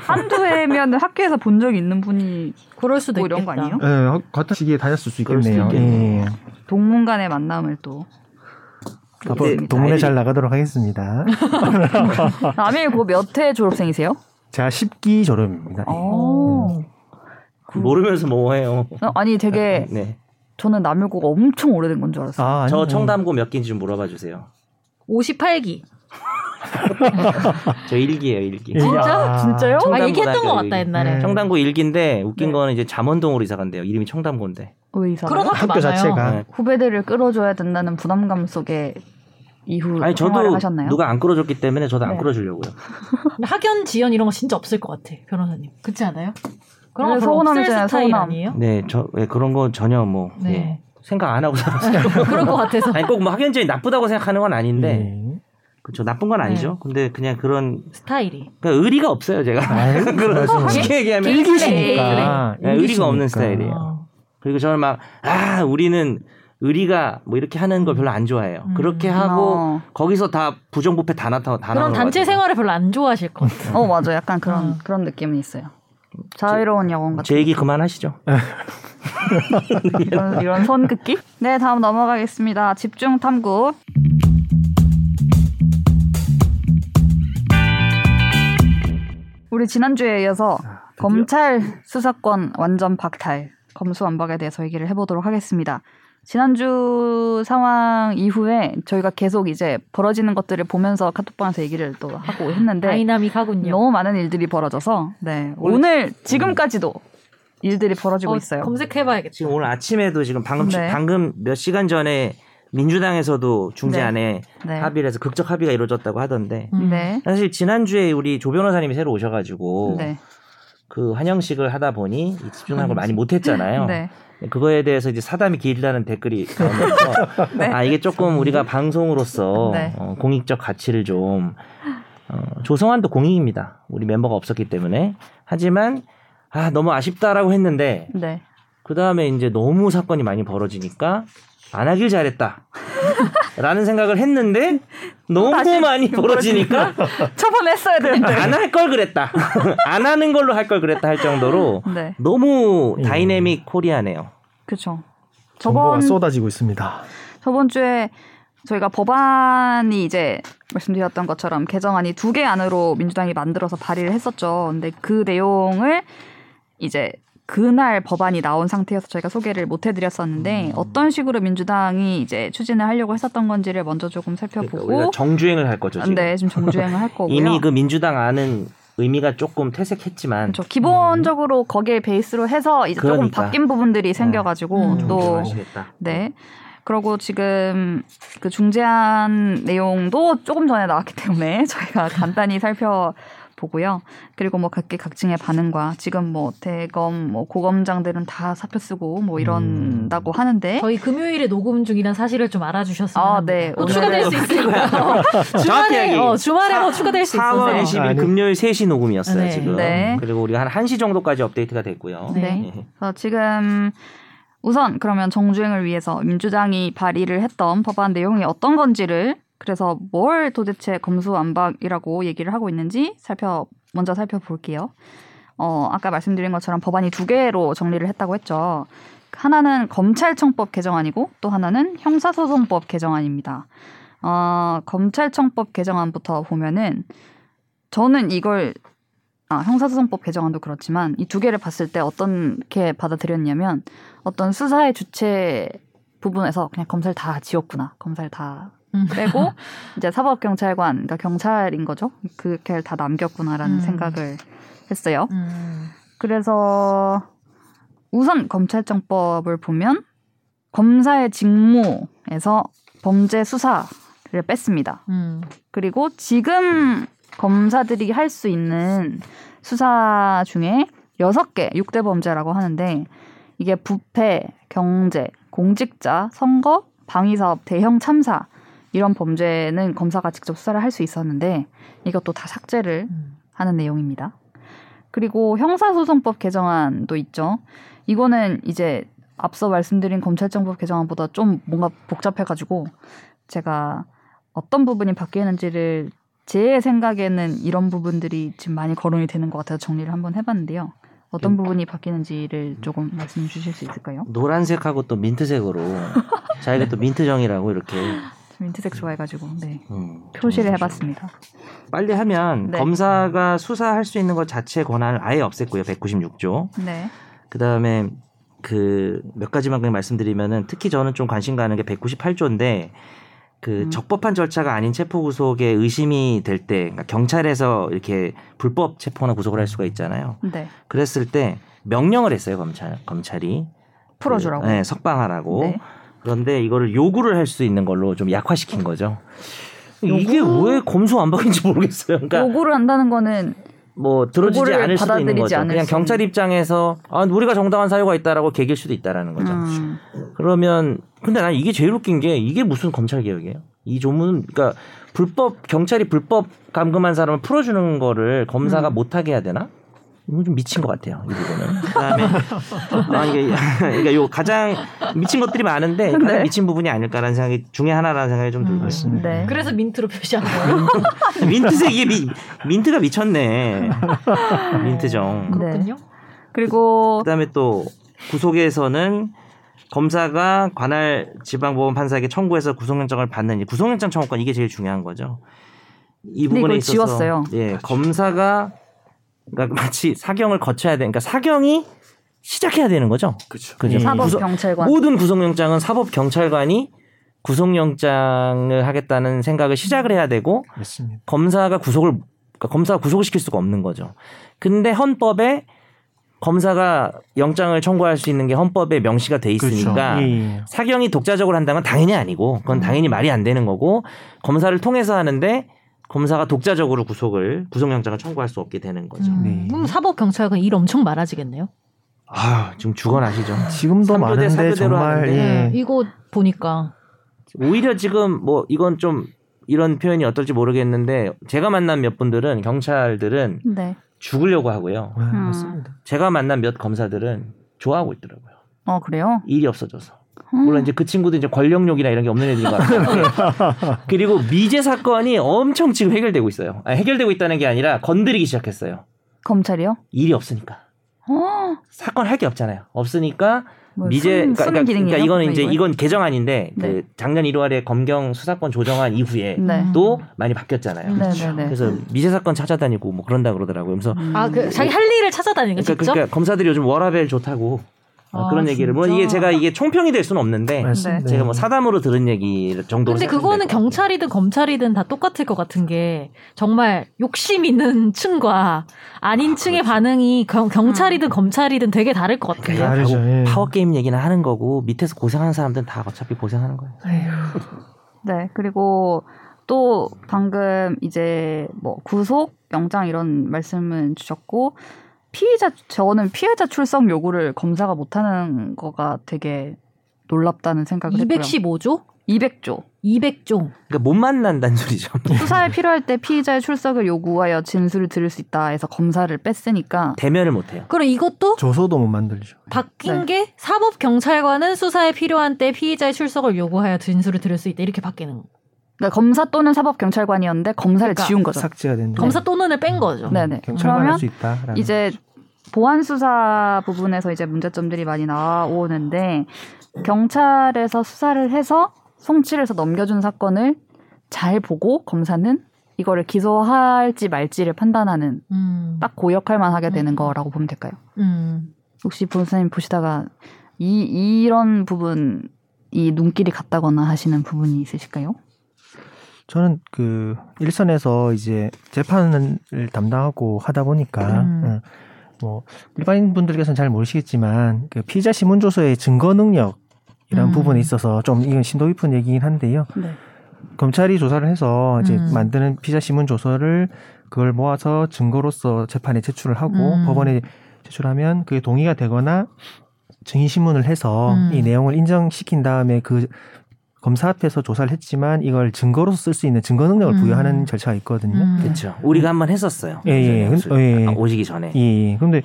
A: 한두 해면 학교에서 본 적 있는 분이
C: 그럴 수도
A: 뭐
C: 있겠다.
A: 이런 거 아니에요?
D: 예, 어, 같은 시기에 다녔을 수
B: 그럴 수도
D: 있겠네요.
B: 있겠네요.
D: 예.
A: 동문 간의 만남을 또
D: 앞으로 동문회 잘 나가도록 하겠습니다.
A: 남일 고몇회 졸업생이세요?
D: 제가 10기 졸업입니다. 예.
B: 음.
A: 어.
B: 모르면서 뭐해요.
A: 아니 되게
B: 네.
A: 저는 남일고가 엄청 오래된 건 줄 알았어요.
D: 아,
B: 저
D: 아니요.
B: 청담고 몇 개인지 좀 물어봐 주세요.
C: 58기.
B: 저 1기예요, 1기.
D: 예.
A: 진짜?
D: 아.
A: 진짜요?
C: 아
B: 청담고다,
C: 얘기했던 것
B: 저기.
C: 같다 옛날에.
D: 네.
B: 청담고 1기인데 웃긴
C: 네.
B: 거는 이제 잠원동으로 이사 간대요. 이름이 청담고인데.
A: 왜 이상해요?
C: 그런 학교 많아요.
D: 학교 자체가
B: 네.
A: 후배들을 끌어줘야 된다는 부담감 속에 이후
B: 아니
A: 그 생활을
B: 저도
A: 하셨나요?
B: 누가 안 끌어줬기 때문에 저도 안
A: 네.
B: 끌어주려고요.
C: 근데 학연 지연 이런 거 진짜 없을 것 같아 변호사님. 그렇지 않아요? 그런
A: 그래,
C: 거 별로 없을
A: 서운함이잖아요,
C: 스타일
A: 서운함.
C: 아니에요?
B: 네, 저 예, 그런 거 전혀 뭐
C: 네.
B: 예, 생각 안 하고 살았어요.
C: 그럴 것 같아서.
B: 아니 꼭 뭐 학연적이 나쁘다고 생각하는 건 아닌데
D: 예.
B: 그렇죠 나쁜 건 아니죠. 근데 그냥 그런
C: 스타일이.
B: 그러니까 의리가 없어요 제가
D: 아유, 그러시면
B: 쉽게 얘기하면
C: 일기시니까.
D: 아,
B: 네, 의리가 없는
D: 이기시니까.
B: 스타일이에요.
C: 어.
B: 그리고 저는 막 아 우리는 의리가 뭐 이렇게 하는 걸 별로 안 좋아해요.
C: 음.
B: 그렇게 하고
A: 어.
B: 거기서 다 부정부패 다 나타 다
C: 그런
B: 나눠가지고.
C: 단체 생활을 별로 안 좋아하실 것 같아요.
A: 어 맞아 약간 그런
C: 어.
A: 그런 느낌은 있어요. 자유로운 영혼 같은
B: 제 얘기 그만하시죠.
A: 이런, 이런 손긋기? 네 다음 넘어가겠습니다. 집중 탐구 우리 지난주에 이어서 검찰 수사권 완전 박탈 검수완박에 대해서 얘기를 해보도록 하겠습니다. 지난주 상황 이후에 저희가 계속 이제 벌어지는 것들을 보면서 카톡방에서 얘기를 또 하고 했는데
C: 다이나믹하군요.
A: 네. 너무 많은 일들이 벌어져서 네 오늘 지금까지도 일들이 벌어지고
C: 어,
A: 있어요.
C: 검색해봐야겠다.
B: 지금 오늘 아침에도 지금 방금 지-
A: 네.
B: 방금 몇 시간 전에 민주당에서도 중재안에
A: 네.
B: 합의를 해서 극적 합의가 이루어졌다고 하던데
C: 음.
A: 네.
B: 사실 지난주에 우리 조 변호사님이 새로 오셔가지고
A: 네.
B: 그 환영식을 하다 보니 이 집중하는 걸 많이 못했잖아요.
A: 네.
B: 뭐 그거에 대해서 이제 사담이 길다는 댓글이 나오면서
A: 네.
B: 아 이게 조금 우리가 방송으로서
A: 네.
B: 어, 공익적 가치를 좀 어, 조성환도 공익입니다. 우리 멤버가 없었기 때문에 하지만 아 너무 아쉽다라고 했는데
A: 네.
B: 그 다음에 이제 너무 사건이 많이 벌어지니까 안 하길 잘했다. 라는 생각을 했는데
A: 다시
B: 너무 많이 벌어지니까
A: 처분했어야 되는데.
B: 안 할 걸 그랬다. 안 하는 걸로 할 걸 그랬다 할 정도로
A: 네.
B: 너무
D: 예.
B: 다이내믹 코리아네요.
A: 그렇죠.
D: 정보가
A: 저번
D: 쏟아지고 있습니다.
A: 저번 주에 저희가 법안이 이제 말씀드렸던 것처럼 개정안이 두 개 안으로 민주당이 만들어서 발의를 했었죠. 근데 그 내용을 이제 그날 법안이 나온 상태여서 저희가 소개를 못 해드렸었는데
B: 음.
A: 어떤 식으로 민주당이 이제 추진을 하려고 했었던 건지를 먼저 조금
B: 그러니까 우리가
A: 살펴보고
B: 정주행을 할 거죠. 지금.
A: 네, 지금 정주행을 할 거고요.
B: 이미 그 민주당 아는 의미가 조금 퇴색했지만
A: 그렇죠. 기본적으로 거기에 베이스로 해서 이제 조금
B: 그러니까.
A: 바뀐 부분들이 생겨가지고
C: 음. 좀
A: 또
B: 조심하시겠다.
A: 네. 그리고 지금 그 중재안 내용도 조금 전에 나왔기 때문에 저희가 간단히 살펴보고요. 그리고 뭐 각기 각층의 반응과 지금 뭐 대검, 뭐 고검장들은 다 사표 쓰고
B: 음.
A: 뭐 이런다고 하는데
C: 네. 저희 금요일에 녹음 중이란 사실을 좀 알아주셨으면
A: 아,
C: 합니다.
A: 네.
C: 또
A: 오늘은-
C: 추가될 수 있으니까 주말에
B: 정확히
C: 어,
B: 얘기.
C: 주말에 뭐
B: 사-
C: 추가될 수
B: 4월
C: 있어서
B: 20일
D: 아니.
B: 금요일 3시 녹음이었어요
C: 네.
B: 지금.
A: 네.
B: 그리고 우리가 한 1시 정도까지 업데이트가 됐고요.
A: 네.
B: 예.
A: 그래서 지금 우선 그러면 정주행을 위해서 민주당이 발의를 했던 법안 내용이 어떤 건지를 그래서 뭘 도대체 검수완박이라고 얘기를 하고 있는지 살펴 먼저 살펴볼게요. 어, 아까 말씀드린 것처럼 법안이 두 개로 정리를 했다고 했죠. 하나는 검찰청법 개정안이고 또 하나는 형사소송법 개정안입니다. 어, 검찰청법 개정안부터 보면은 저는 이걸 아, 형사소송법 개정안도 그렇지만 이 두 개를 봤을 때 어떻게 받아들였냐면 어떤 수사의 주체 부분에서 그냥 검사를 다 지웠구나. 검사를 다
C: 음.
A: 빼고 이제 사법경찰관, 그러니까 경찰인 거죠. 그렇게 다 남겼구나라는
C: 음.
A: 생각을 했어요.
C: 음.
A: 그래서 우선 검찰청법을 보면 검사의 직무에서 범죄 수사를 뺐습니다.
C: 음.
A: 그리고 지금 검사들이 할 수 있는 수사 중에 여섯 개육대 범죄라고 하는데 이게 부패, 경제, 공직자, 선거, 방위사업, 대형 참사 이런 범죄는 검사가 직접 수사를 할 수 있었는데 이것도 다 삭제를
C: 음.
A: 하는 내용입니다. 그리고 형사소송법 개정안도 있죠. 이거는 이제 앞서 말씀드린 검찰정법 개정안보다 좀 뭔가 복잡해가지고 제가 어떤 부분이 바뀌는지를 제 생각에는 이런 부분들이 지금 많이 거론이 되는 것 같아서 정리를 한번 해봤는데요.
B: 음.
A: 어떤 부분이 바뀌는지를 조금 말씀해 주실 수 있을까요?
B: 노란색하고 또 민트색으로 자기가 또 민트정이라고 이렇게
A: 민트색 좋아해가지고 네.
B: 음,
A: 표시를
B: 정해주죠.
A: 해봤습니다.
B: 빨리 하면
A: 네.
B: 검사가 수사할 수 있는 것 자체 권한을 아예 없앴고요. 196조.
A: 네.
B: 그다음에 그 몇 가지만 그냥 말씀드리면은 특히 저는 좀 관심 가는 게 198조인데 그
A: 음.
B: 적법한 절차가 아닌 체포 구속에 의심이 될 때 그러니까 경찰에서 이렇게 불법 체포나 구속을 할 수가 있잖아요.
A: 네.
B: 그랬을 때 명령을 했어요 검찰 검찰이
A: 풀어주라고.
B: 그, 네, 석방하라고.
A: 네.
B: 그런데 이거를 요구를 할 수 있는 걸로 좀 약화시킨 거죠. 이게
A: 요구?
B: 왜 검수 완박인지 모르겠어요. 그러니까
A: 요구를 한다는 거는
B: 뭐 들어주지
A: 요구를
B: 않을 수도 있는
A: 받아들이지
B: 거죠.
A: 않을
B: 그냥
A: 수
B: 경찰 입장에서 아, 우리가 정당한 사유가 있다라고 개길 수도 있다라는 거죠.
A: 음,
B: 그러면 근데 난 이게 제일 웃긴 게 이게 무슨 검찰 개혁이에요? 이 조문 그러니까 불법 경찰이 불법 감금한 사람을 풀어주는 거를 검사가
A: 음.
B: 못하게 해야 되나? 이건 좀 미친 것 같아요. 이 부분은. 그다음에 아, 이게 그러니까 요 가장 미친 것들이 많은데 가장
A: 네.
B: 미친 부분이 아닐까라는 생각이 중에 하나라는 생각이 좀 들고 있습니다.
D: 맞습니다.
A: 네.
C: 그래서 민트로 표시한 거예요.
B: 민트색이 미, 민트가 미쳤네. 민트정.
C: 그렇군요.
A: 그리고
B: 그다음에 또 구속에서는 검사가 관할 지방법원 판사에게 청구해서 구속영장을 받는 이 구속영장 청구권 이게 제일 중요한 거죠. 이
A: 근데
B: 부분에
A: 이걸
B: 있어서
A: 지웠어요. 그렇죠.
B: 예, 검사가 그러니까 마치 사경을 거쳐야 되니까 사경이 시작해야 되는 거죠.
E: 그렇죠.
B: 그죠?
D: 예.
A: 사법
B: 구속-
A: 경찰관
B: 모든 구속영장은 사법 경찰관이 구속영장을 하겠다는 생각을 시작을 해야 되고
D: 맞습니다.
B: 검사가 구속을 그러니까 검사가 구속을 시킬 수가 없는 거죠. 근데 헌법에 검사가 영장을 청구할 수 있는 게 헌법에 명시가 돼 있으니까
D: 예, 예.
B: 사경이 독자적으로 한다면 당연히 아니고 그건 당연히 말이 안 되는 거고 검사를 통해서 하는데 검사가 독자적으로 구속을 구속영장을 청구할 수 없게 되는 거죠.
C: 음.
D: 네.
C: 그럼 사법 경찰관 일 엄청 많아지겠네요.
B: 아 지금 죽어나시죠.
D: 지금도
B: 삼교대,
D: 많은데
B: 사교대로
D: 정말
B: 하는데.
D: 예.
C: 이거 보니까
B: 오히려 지금 뭐 이건 좀 이런 표현이 어떨지 모르겠는데 제가 만난 몇 분들은 경찰들은
A: 네.
B: 죽으려고 하고요.
D: 와,
A: 음.
D: 아, 맞습니다.
B: 제가 만난 몇 검사들은 좋아하고 있더라고요.
A: 어 그래요?
B: 일이 없어져서.
A: 음.
B: 물론 이제 그 친구도 이제 권력욕이나 이런 게 없는 애들인 것 같아요. 그리고 미제 사건이 엄청 지금 해결되고 있어요. 아, 해결되고 있다는 게 아니라 건드리기 시작했어요.
A: 검찰이요?
B: 일이 없으니까.
A: 어,
B: 사건 할 게 없잖아요. 없으니까
A: 뭐
B: 미제
A: 숨-
B: 그러니까,
A: 숨은 기능이에요?
B: 이거는
A: 그럼
B: 이제
A: 이거요?
B: 이건 개정안인데 그
A: 네.
B: 작년 1월에 검경 수사권 조정안 이후에
A: 네.
C: 음.
B: 또 많이 바뀌었잖아요.
A: 네네네.
B: 그래서 미제 사건 찾아다니고 뭐 그런다 그러더라고요. 그래서
C: 아, 그 자기 할 일을 찾아다니는 거
B: 그러니까,
C: 직접?
B: 그러니까 검사들이 요즘 워라벨 좋다고 어,
C: 아,
B: 그런 얘기를 뭐
C: 진짜?
B: 이게 제가 이게 총평이 될 수는 없는데
D: 맞습니다. 네.
B: 제가 뭐 사담으로 들은 얘기 정도로.
C: 근데
B: 생각하시면
C: 그거는
B: 될것 같아요.
C: 경찰이든 검찰이든 다 똑같을 것 같은 게 정말 욕심 있는 층과 아닌 층의
B: 그렇죠.
C: 반응이 경,
A: 음.
C: 경찰이든 검찰이든 되게 다를 것 같아요.
B: 그냥
D: 다르죠,
B: 하고
D: 예.
B: 파워 게임 얘기는 하는 거고 밑에서 고생하는 사람들은 다 어차피 고생하는 거예요.
A: 네. 그리고 또 방금 이제 뭐 구속 영장 이런 말씀은 주셨고 피의자 저는 피해자 출석 요구를 검사가 못하는 거가 되게 놀랍다는 생각을 했고요.
C: 215조?
A: 200조
C: 200조.
B: 그러니까 못 만난다는 소리죠.
A: 수사에 필요할 때 피의자의 출석을 요구하여 진술을 들을 수 있다 해서 검사를 뺐으니까
B: 대면을 못 해요.
C: 그럼 이것도
D: 조서도 못 만들죠.
A: 네.
C: 바뀐 게 사법 경찰관은 수사에 필요한 때 피의자의 출석을 요구하여 진술을 들을 수 있다 이렇게 바뀌는 거.
A: 그러니까 검사 또는 사법 경찰관이었는데 검사를
C: 그러니까
A: 지운 거죠.
D: 삭제가
B: 네.
D: 된다.
C: 검사 또는을 뺀 거죠.
A: 네. 네네.
D: 경찰만
A: 그러면
D: 할 수 있다.
A: 이제 보안 수사 부분에서 이제 문제점들이 많이 나오는데 경찰에서 수사를 해서 송치해서 넘겨준 사건을 잘 보고 검사는 이거를 기소할지 말지를 판단하는
C: 음.
A: 딱그 고역할만 하게 되는
C: 음.
A: 거라고 보면 될까요?
C: 음.
A: 혹시 변호사님 보시다가 이 이런 부분 이 눈길이 같다거나 하시는 부분이 있으실까요?
D: 저는 그 일선에서 이제 재판을 담당하고 하다 보니까
C: 음.
D: 어, 뭐 일반인 분들께서는 잘 모르시겠지만 그 피자 신문 조서의 증거 능력이라는
C: 음.
D: 부분에 있어서 좀 이건 심도 깊은 얘기긴 한데요.
A: 네.
D: 검찰이 조사를 해서 이제
C: 음.
D: 만드는 피자 신문 조서를 그걸 모아서 증거로서 재판에 제출을 하고
C: 음.
D: 법원에 제출하면 그게 동의가 되거나 증인 신문을 해서
C: 음.
D: 이 내용을 인정시킨 다음에 그 검사 앞에서 조사를 했지만 이걸 증거로서 쓸 수 있는 증거 능력을
C: 음.
D: 부여하는
B: 어?
D: 절차가 있거든요.
C: 음.
B: 그렇죠. 우리가 한번 했었어요.
D: 예, 예.
B: 오실-
D: 예, 예.
B: 아, 오시기 전에.
D: 예. 그런데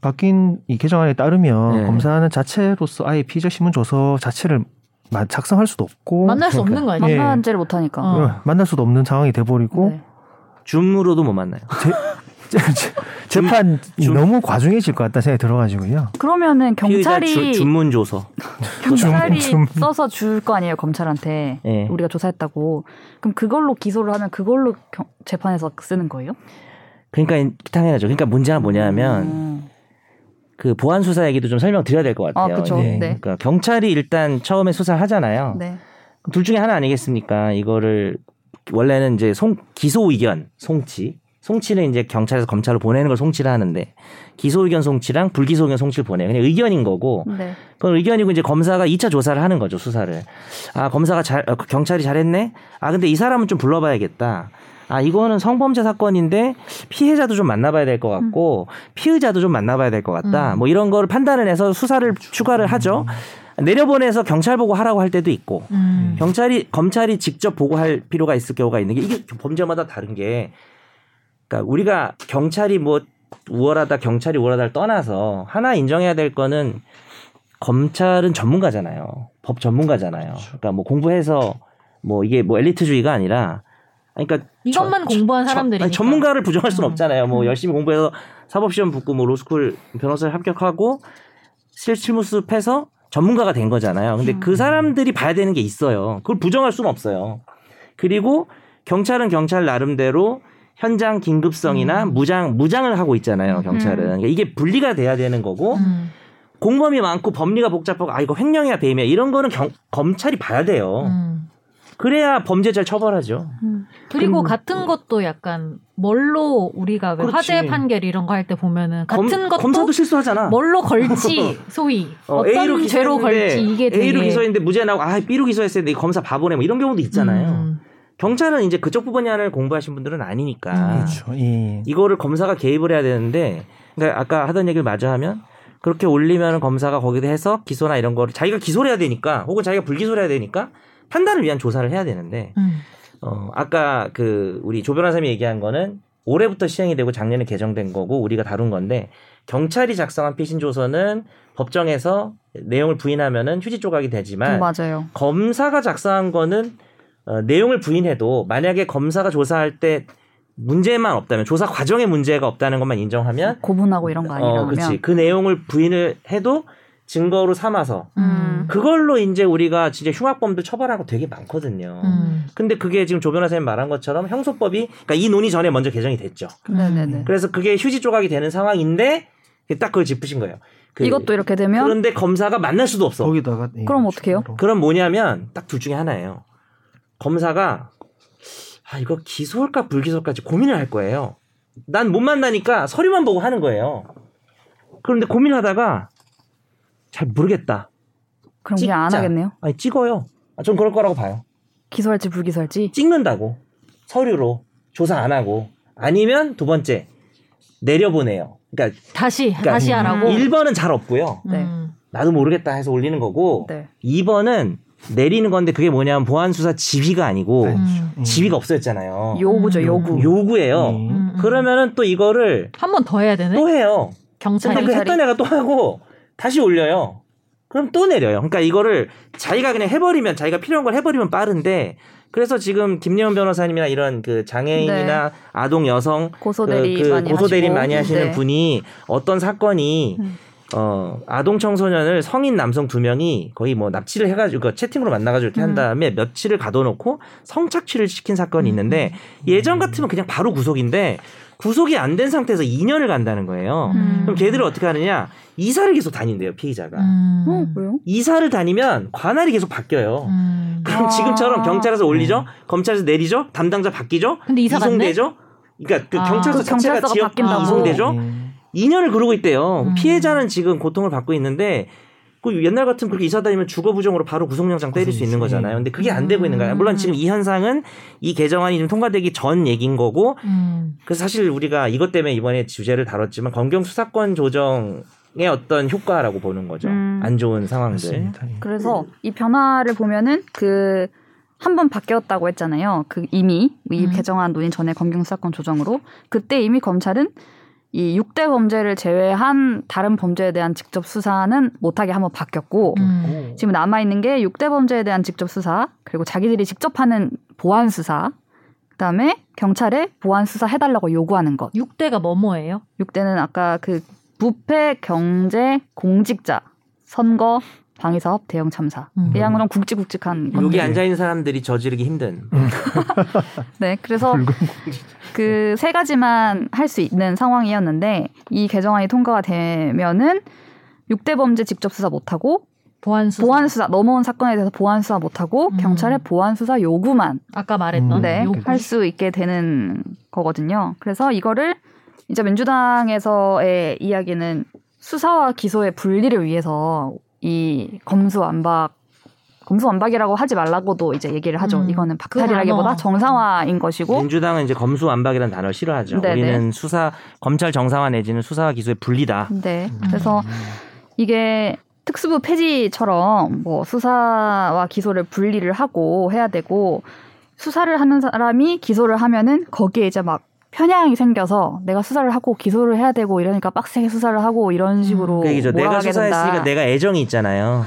D: 바뀐 이 개정안에 따르면
B: 네.
D: 검사는 자체로서 아예 피의자 신문 조서 자체를 마- 작성할 수도 없고
C: 만날 수 없는 거 아니에요?
D: 예.
A: 만나지를 못하니까.
C: 어.
D: 예, 만날 수도 없는 상황이 돼버리고
A: 네.
B: 줌으로도 못 만나요.
D: 재- 재- 재판이
B: 줌.
D: 너무 과중해질 것 같다 생각이 들어가지고요.
A: 그러면은
B: 피의자
A: 경찰이
B: 주- 준문 조서.
A: 경찰이
D: 줌, 줌.
A: 써서 줄 거 아니에요 검찰한테
B: 예.
A: 우리가 조사했다고. 그럼 그걸로 기소를 하면 그걸로 경- 재판에서 쓰는 거예요?
B: 그러니까 이- 당연하죠. 그러니까 문제가 뭐냐면
A: 음.
B: 그 보안 수사 얘기도 좀 설명드려야 될 것 같아요.
A: 아, 그쵸.
B: 예.
A: 네.
B: 그러니까 경찰이 일단 처음에 수사를 하잖아요.
A: 네.
B: 둘 중에 하나 아니겠습니까? 이거를 원래는 이제 송 기소 의견 송치 송치는 이제 경찰에서 검찰로 보내는 걸 송치를 하는데 기소 의견 송치랑 불기소 의견 송치를 보내요. 그냥 의견인 거고
A: 네.
B: 그건 의견이고 이제 검사가 2차 조사를 하는 거죠 수사를. 아 검사가 잘 어, 경찰이 잘했네. 아 근데 이 사람은 좀 불러봐야겠다. 아 이거는 성범죄 사건인데 피해자도 좀 만나봐야 될 것 같고 피의자도 좀 만나봐야 될 것 같다.
C: 음.
B: 뭐 이런 거를 판단을 해서 수사를 추가를 하죠. 내려보내서 경찰 보고 하라고 할 때도 있고
C: 음.
B: 경찰이 검찰이 직접 보고할 필요가 있을 경우가 있는 게 이게 범죄마다 다른 게 그러니까 우리가 경찰이 뭐 우월하다 경찰이 우월하다를 떠나서 하나 인정해야 될 거는 검찰은 전문가잖아요. 법 전문가잖아요. 그러니까 뭐 공부해서 뭐 이게 뭐 엘리트주의가 아니라 그러니까
C: 이것만 공부한 사람들이
B: 아니, 전문가를 부정할
C: 음.
B: 수는 없잖아요. 뭐 열심히 공부해서 사법시험 붙고 뭐 로스쿨 변호사를 합격하고 실무수습해서 전문가가 된 거잖아요. 근데
C: 음,
B: 그 사람들이 봐야 되는 게 있어요. 그걸 부정할 수는 없어요. 그리고 경찰은 경찰 나름대로 현장 긴급성이나
C: 음.
B: 무장 무장을 하고 있잖아요. 경찰은 그러니까 이게 분리가 돼야 되는 거고
C: 음.
B: 공범이 많고 범리가 복잡하고 아 이거 횡령이야 배임이야 이런 거는 경- 검찰이 봐야 돼요.
C: 음.
B: 그래야 범죄자를 처벌하죠.
C: 그리고
A: 음.
C: 같은 것도 약간 뭘로 우리가 왜
B: 그렇지.
C: 화재 판결 이런 거 할 때 보면은
B: 검-
C: 같은 것도
B: 검사도 실수하잖아.
C: 뭘로 걸지 소위
B: 어,
C: 어,
B: A로
C: 떤 죄로
B: 기소했는데
C: 걸지 이게 되게
B: A로 기소했는데 무죄 나오고 아 B로 기소했는데 검사 바보네 뭐 이런 경우도 있잖아요.
C: 음.
B: 경찰은 이제 그쪽 분야를 공부하신 분들은 아니니까
C: 음,
D: 그렇죠. 예.
B: 이거를 검사가 개입을 해야 되는데 그러니까 아까 하던 얘기를 마저 하면 그렇게 올리면 검사가 거기다 해서 기소나 이런 거를 자기가 기소를 해야 되니까 혹은 자기가 불기소를 해야 되니까 판단을 위한 조사를 해야 되는데
C: 음.
B: 어 아까 그 우리 조 변호사님이 얘기한 거는 올해부터 시행이 되고 작년에 개정된 거고 우리가 다룬 건데 경찰이 작성한 피신 조서는 법정에서 내용을 부인하면은 휴지 조각이 되지만
A: 음, 맞아요.
B: 검사가 작성한 거는 어, 내용을 부인해도 만약에 검사가 조사할 때 문제만 없다면 조사 과정에 문제가 없다는 것만 인정하면
A: 고분하고 이런 거
B: 어,
A: 아니라면.
B: 그렇지 그 내용을 부인을 해도 증거로 삼아서
C: 음.
B: 그걸로 이제 우리가 진짜 흉악범들 처벌하고 되게 많거든요.
C: 음.
B: 근데 그게 지금 조 변호사님 말한 것처럼 형소법이 그러니까 이 논의 전에 먼저 개정이 됐죠.
A: 네네네.
B: 그래서 그게 휴지 조각이 되는 상황인데 딱 그걸 짚으신 거예요. 그-
A: 이것도 이렇게 되면
B: 그런데 검사가 만날 수도 없어.
D: 거기다가 예,
A: 그럼 어떡해요?
D: 추가로.
B: 그럼 뭐냐면 딱 둘 중에 하나예요. 검사가 아 이거 기소할까 불기소할까지 고민을 할 거예요. 난 못 만나니까 서류만 보고 하는 거예요. 그런데 고민하다가 잘 모르겠다.
A: 그럼 그냥 안
B: 찍자.
A: 하겠네요.
B: 아니 찍어요. 아, 전 그럴 거라고 봐요.
A: 기소할지 불기소할지.
B: 찍는다고 서류로 조사 안 하고 아니면 두 번째 내려보내요. 그러니까,
C: 다시
B: 그러니까
C: 다시 하라고.
A: 일-
B: 1번은 잘 없고요.
A: 네.
C: 음.
B: 나도 모르겠다 해서 올리는 거고
A: 네.
B: 2번은 내리는 건데 그게 뭐냐면 보안수사 지휘가 아니고
D: 네.
C: 음.
D: 예.
B: 지위가 없어졌잖아요.
A: 요구죠 요구.
D: 요구.
B: 요구예요.
D: 예.
C: 음, 음.
B: 그러면은 또 이거를
C: 한 번 더 해야 되네.
B: 또 해요. 근데
C: 경찰이
B: 그 했던 애가 또 하고 다시 올려요. 그럼 또 내려요. 그러니까 이거를 자기가 그냥 해버리면 자기가 필요한 걸 해버리면 빠른데 그래서 지금 김예원 변호사님이나 이런 그 장애인이나 아동 여성 그,
A: 고소대리
B: 그
A: 네. 많이
B: 고소 대리
A: 하시고.
B: 많이 하시는
A: 네.
B: 분이 어떤 사건이
A: 음.
B: 어 아동 청소년을 성인 남성 두 명이 거의 뭐 납치를 해가지고 그러니까 채팅으로 만나가지고 이렇게 한
C: 음.
B: 다음에 며칠을 가둬놓고 성착취를 시킨 사건이 있는데
A: 음.
B: 예전 같으면 그냥 바로 구속인데 구속이 안 된 상태에서 2년을 간다는 거예요.
C: 음.
B: 그럼 걔들을 어떻게 하느냐 이사를 계속 다닌대요 피의자가
C: 음.
A: 어, 왜요?
B: 이사를 다니면 관할이 계속 바뀌어요.
C: 음.
B: 그럼
A: 아.
B: 지금처럼 경찰에서 올리죠, 검찰에서 내리죠, 담당자 바뀌죠,
C: 근데 이사 갔네.
B: 이송되죠. 그러니까 그
C: 아.
B: 경찰서
A: 그
B: 자체가
A: 경찰서가
B: 지역
A: 바뀐다고.
B: 이송되죠. 네.
D: 예.
B: 2년을 그러고 있대요.
C: 음.
B: 피해자는 지금 고통을 받고 있는데 그 옛날 같으면 그렇게 이사 다니면 주거 부정으로 바로 구속영장 때릴 수 있는 거잖아요. 근데 그게 안
A: 음.
B: 되고 있는 거예요. 물론 지금 이 현상은 이 개정안이 좀 통과되기 전 얘기인 거고
C: 음.
B: 그래서 사실 우리가 이것 때문에 이번에 주제를 다뤘지만 검경 수사권 조정의 어떤 효과라고 보는 거죠.
A: 음.
B: 안 좋은 상황들.
D: 맞습니다. 예.
A: 그래서
C: 음.
A: 이 변화를 보면은 그 한 번 바뀌었다고 했잖아요. 그 이미 이
C: 음.
A: 개정안 논의 전에 검경수사권 조정으로 그때 이미 검찰은 이 6대 범죄를 제외한 다른 범죄에 대한 직접 수사는 못하게 한번 바뀌었고
C: 음.
A: 지금 남아 있는 게 6대 범죄에 대한 직접 수사, 그리고 자기들이 직접 하는 보안 수사, 그다음에 경찰에 보안 수사 해달라고 요구하는 것.
C: 6대가 뭐뭐예요?
A: 6대는 아까 그 부패, 경제, 공직자, 선거, 방위사업, 대형 참사.
C: 음.
A: 이 양으로 굵직굵직한 건데.
B: 여기 앉아 있는 사람들이 저지르기 힘든.
A: 네, 그래서 그 세 가지만 할 수 있는 상황이었는데 이 개정안이 통과가 되면은 6대 범죄 직접 수사 못하고
C: 보안수.
A: 보안 수사 넘어온 사건에 대해서 보안 수사 못하고
C: 음.
A: 경찰의 보안 수사 요구만
C: 아까 말했던
D: 음,
A: 네,
C: 요구.
A: 할 수 있게 되는 거거든요. 그래서 이거를 이제 민주당에서의 이야기는 수사와 기소의 분리를 위해서 이 검수완박 검수완박이라고 하지 말라고도 이제 얘기를 하죠.
C: 음,
A: 이거는
C: 그 단어.
A: 박탈이라기보다 정상화인 것이고
B: 민주당은 이제 검수완박이라는 단어를 싫어하죠.
A: 네네.
B: 우리는 수사 검찰 정상화 내지는 수사와 기소의 분리다.
A: 네. 그래서 이게 특수부 폐지처럼 뭐 수사와 기소를 분리를 하고 해야 되고 수사를 하는 사람이 기소를 하면은 거기에 이제 막 편향이 생겨서 내가 수사를 하고 기소를 해야 되고 이러니까 빡세게 수사를 하고 이런 식으로
B: 그러니까 이제 내가
A: 몰아가게
B: 수사했으니까
A: 뭐, 된다. 네.
B: 내가 애정이 있잖아요.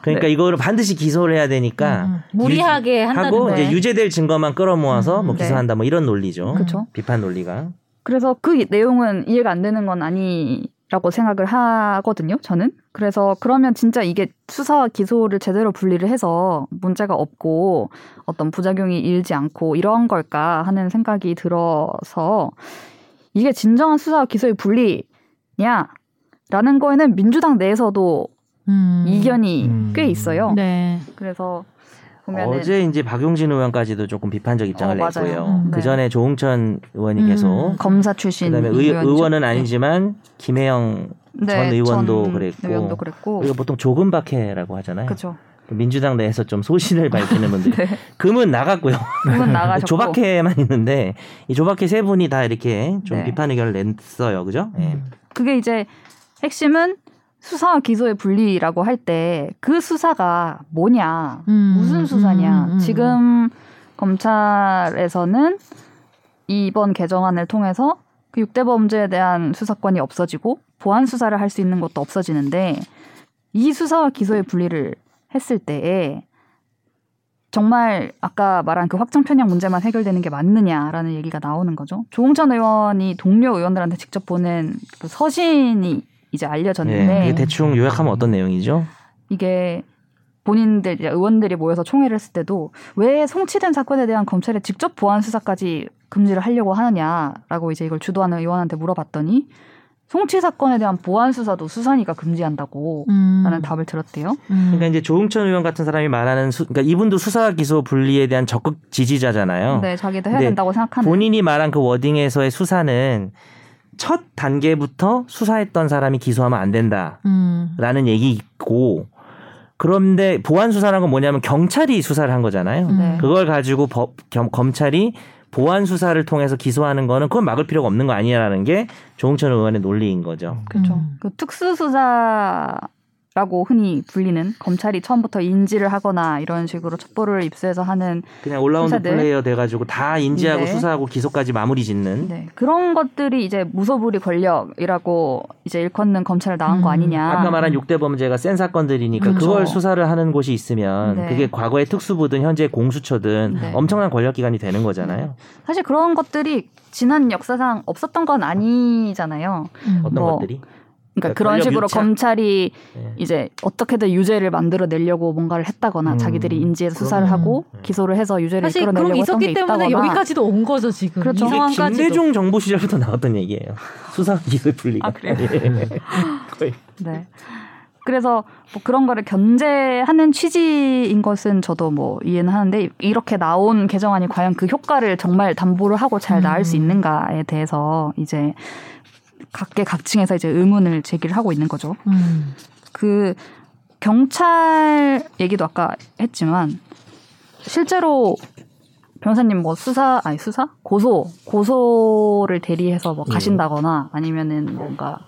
B: 그러니까 이거를 반드시 기소를 해야
A: 그러니까
B: 되니까
C: 음, 음. 무리하게
B: 하고
C: 한다는
A: 네.
B: 이제 유죄될 증거만 끌어모아서
C: 음,
B: 뭐
A: 네.
B: 기소한다 뭐 이런 논리죠.
A: 그쵸.
B: 비판 논리가.
A: 그래서 그 이- 내용은 이해가 안 되는 건 아니라고 생각을 하거든요. 저는 그래서 그러면 진짜 이게 수사와 기소를 제대로 분리를 해서 문제가 없고 어떤 부작용이 일지 않고 이런 걸까 하는 생각이 들어서 이게 진정한 수사와 기소의 분리냐라는 거에는 민주당 내에서도
C: 음.
A: 이견이
D: 음.
A: 꽤 있어요.
C: 네.
A: 그래서 보면은
B: 어제 이제 박용진 의원까지도 조금 비판적 입장을
A: 어, 맞아요.
B: 냈고요.
C: 음,
B: 그
A: 네.
B: 전에 조홍천 의원이
C: 음.
B: 계속
A: 검사 출신
B: 그다음에 의,
A: 의원이죠.
B: 의원은 아니지만 김혜영
A: 네,
B: 전 의원도
A: 전
B: 그랬고.
A: 의원도 그랬고
B: 이거 보통 조금 박해라고 하잖아요.
A: 어. 그렇죠.
B: 민주당 내에서 좀 소신을 밝히는 분들.
A: 네.
B: 금은 나갔고요.
A: 그분 나가셨고
B: 조박해만 있는데 이 조박해 세 분이 다 이렇게 좀
A: 네. 음,
B: 비판 의견을 냈어요. 그죠? 예.
A: 그게 이제 핵심은 수사와 기소의 분리라고 할 때 그 수사가 뭐냐
C: 음.
A: 무슨 수사냐
C: 음, 음, 음.
A: 지금 검찰에서는 이번 개정안을 통해서 그 6대 범죄에 대한 수사권이 없어지고 보안 수사를 할 수 있는 것도 없어지는데 이 수사와 기소의 분리를 했을 때에 정말 아까 말한 그 확정 편향 문제만 해결되는 게 맞느냐라는 얘기가 나오는 거죠. 조홍천 의원이 동료 의원들한테 직접 보낸 그 서신이 이제 알려졌는데
B: 예. 그게 대충 요약하면 어떤 내용이죠?
A: 이게 본인들 이제 의원들이 모여서 총회를 했을 때도 왜 송치된 사건에 대한 검찰의 직접 보안 수사까지 금지를 하려고 하느냐라고 이제 이걸 주도하는 의원한테 물어봤더니 송치 사건에 대한 보안 수사도 수사니까 금지한다고
C: 음.
A: 라는 답을 들었대요.
C: 음.
B: 그러니까 이제 조홍천 의원 같은 사람이 말하는 수, 그러니까 이분도 수사 기소 분리에 대한 적극 지지자잖아요.
A: 네, 자기도 해야
B: 네.
A: 된다고 생각하는
B: 본인이 말한 그 워딩에서의 수사는 첫 단계부터 수사했던 사람이 기소하면 안 된다라는
C: 음.
B: 얘기고 그런데 보안 수사라는 건 뭐냐면 경찰이 수사를 한 거잖아요.
A: 네.
B: 그걸 가지고 법, 겸, 검찰이 보안 수사를 통해서 기소하는 거는 그건 막을 필요가 없는 거 아니냐라는 게 조홍천 의원의 논리인 거죠.
A: 그렇죠.
C: 음.
A: 그 특수 수사라고 흔히 불리는 검찰이 처음부터 인지를 하거나 이런 식으로 첩보를 입수해서 하는
B: 그냥 올라운드
A: 수사들.
B: 플레이어 돼가지고 다 인지하고
A: 네.
B: 수사하고 기소까지 마무리 짓는
A: 네, 그런 것들이 이제 무소불위 권력이라고 이제 일컫는 검찰을 나온 거
C: 음,
A: 아니냐.
B: 아까 말한 6대 범죄가 센 사건들이니까
C: 그렇죠.
B: 그걸 수사를 하는 곳이 있으면
A: 네.
B: 그게 과거의 특수부든 현재 공수처든
A: 네.
B: 엄청난 권력기관이 되는 거잖아요.
C: 네.
A: 사실 그런 것들이 지난 역사상 없었던 건 아니잖아요.
C: 음.
B: 어떤
A: 뭐,
B: 것들이.
A: 그러니까
B: 그러니까
A: 그런
B: 권력
A: 식으로
B: 유착.
A: 검찰이
B: 네.
A: 이제 어떻게든 유죄를 만들어 내려고 뭔가를 했다거나
D: 음,
A: 자기들이 인지해서 수사를
C: 그럼요.
A: 하고
B: 네.
A: 기소를 해서 유죄를
C: 사실 그런
A: 이끌어내려고
C: 게
A: 했던 게
C: 있었기 때문에
A: 있다거나.
C: 여기까지도 온 거죠 지금
A: 그렇죠.
C: 이
A: 이게
B: 이게
C: 상황까지도.
B: 김대중 정부 시절부터 나왔던 얘기예요. 수사 기소 분리가.
A: 아, 그래요?
B: 예. 거의.
A: 네. 그래서 뭐 그런 거를 견제하는 취지인 것은 저도 뭐 이해는 하는데 이렇게 나온 개정안이 과연 그 효과를 정말 담보를 하고 잘 나을 수
C: 음.
A: 있는가에 대해서 이제 각계 각층에서 이제 의문을 제기를 하고 있는 거죠.
C: 음.
A: 그 경찰 얘기도 아까 했지만 실제로 변호사님 뭐 수사 아니 수사 고소 고소를 대리해서 뭐
D: 네.
B: 예.
A: 가신다거나 아니면은 뭔가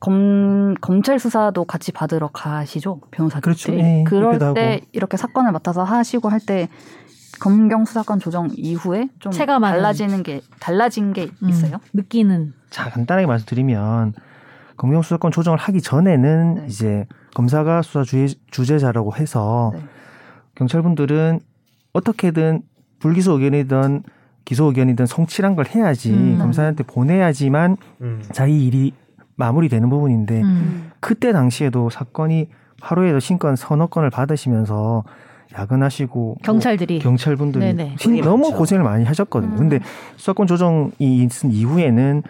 A: 검 검찰 수사도 같이 받으러 가시죠 변호사님
D: 그렇죠.
A: 때
D: 예,
A: 그럴
D: 그렇기도
A: 때
D: 하고.
A: 이렇게 사건을 맡아서 하시고 할 때 검경 수사권 조정 이후에 좀
C: 체감하는.
A: 달라지는 게 달라진 게
C: 음,
A: 있어요?
C: 느끼는
D: 자, 간단하게 말씀드리면 검경수사권 조정을 하기 전에는
A: 네.
D: 이제 검사가 수사 주의, 주제자라고 해서
A: 네.
D: 경찰분들은 어떻게든 불기소 의견이든 기소 의견이든 성취란 걸 해야지
C: 음.
D: 검사한테 보내야지만
B: 음.
D: 자이 일이 마무리되는
A: 네.
D: 부분인데
C: 음.
D: 그때 당시에도 사건이 하루에도 신건 서너 건을 받으시면서 야근하시고 뭐
C: 경찰들이
D: 경찰분들이
C: 네네.
D: 신-
B: 고생이
D: 너무
B: 많죠.
D: 고생을 많이 하셨거든요.
A: 음.
D: 근데 수사권 조정이 있은 이후에는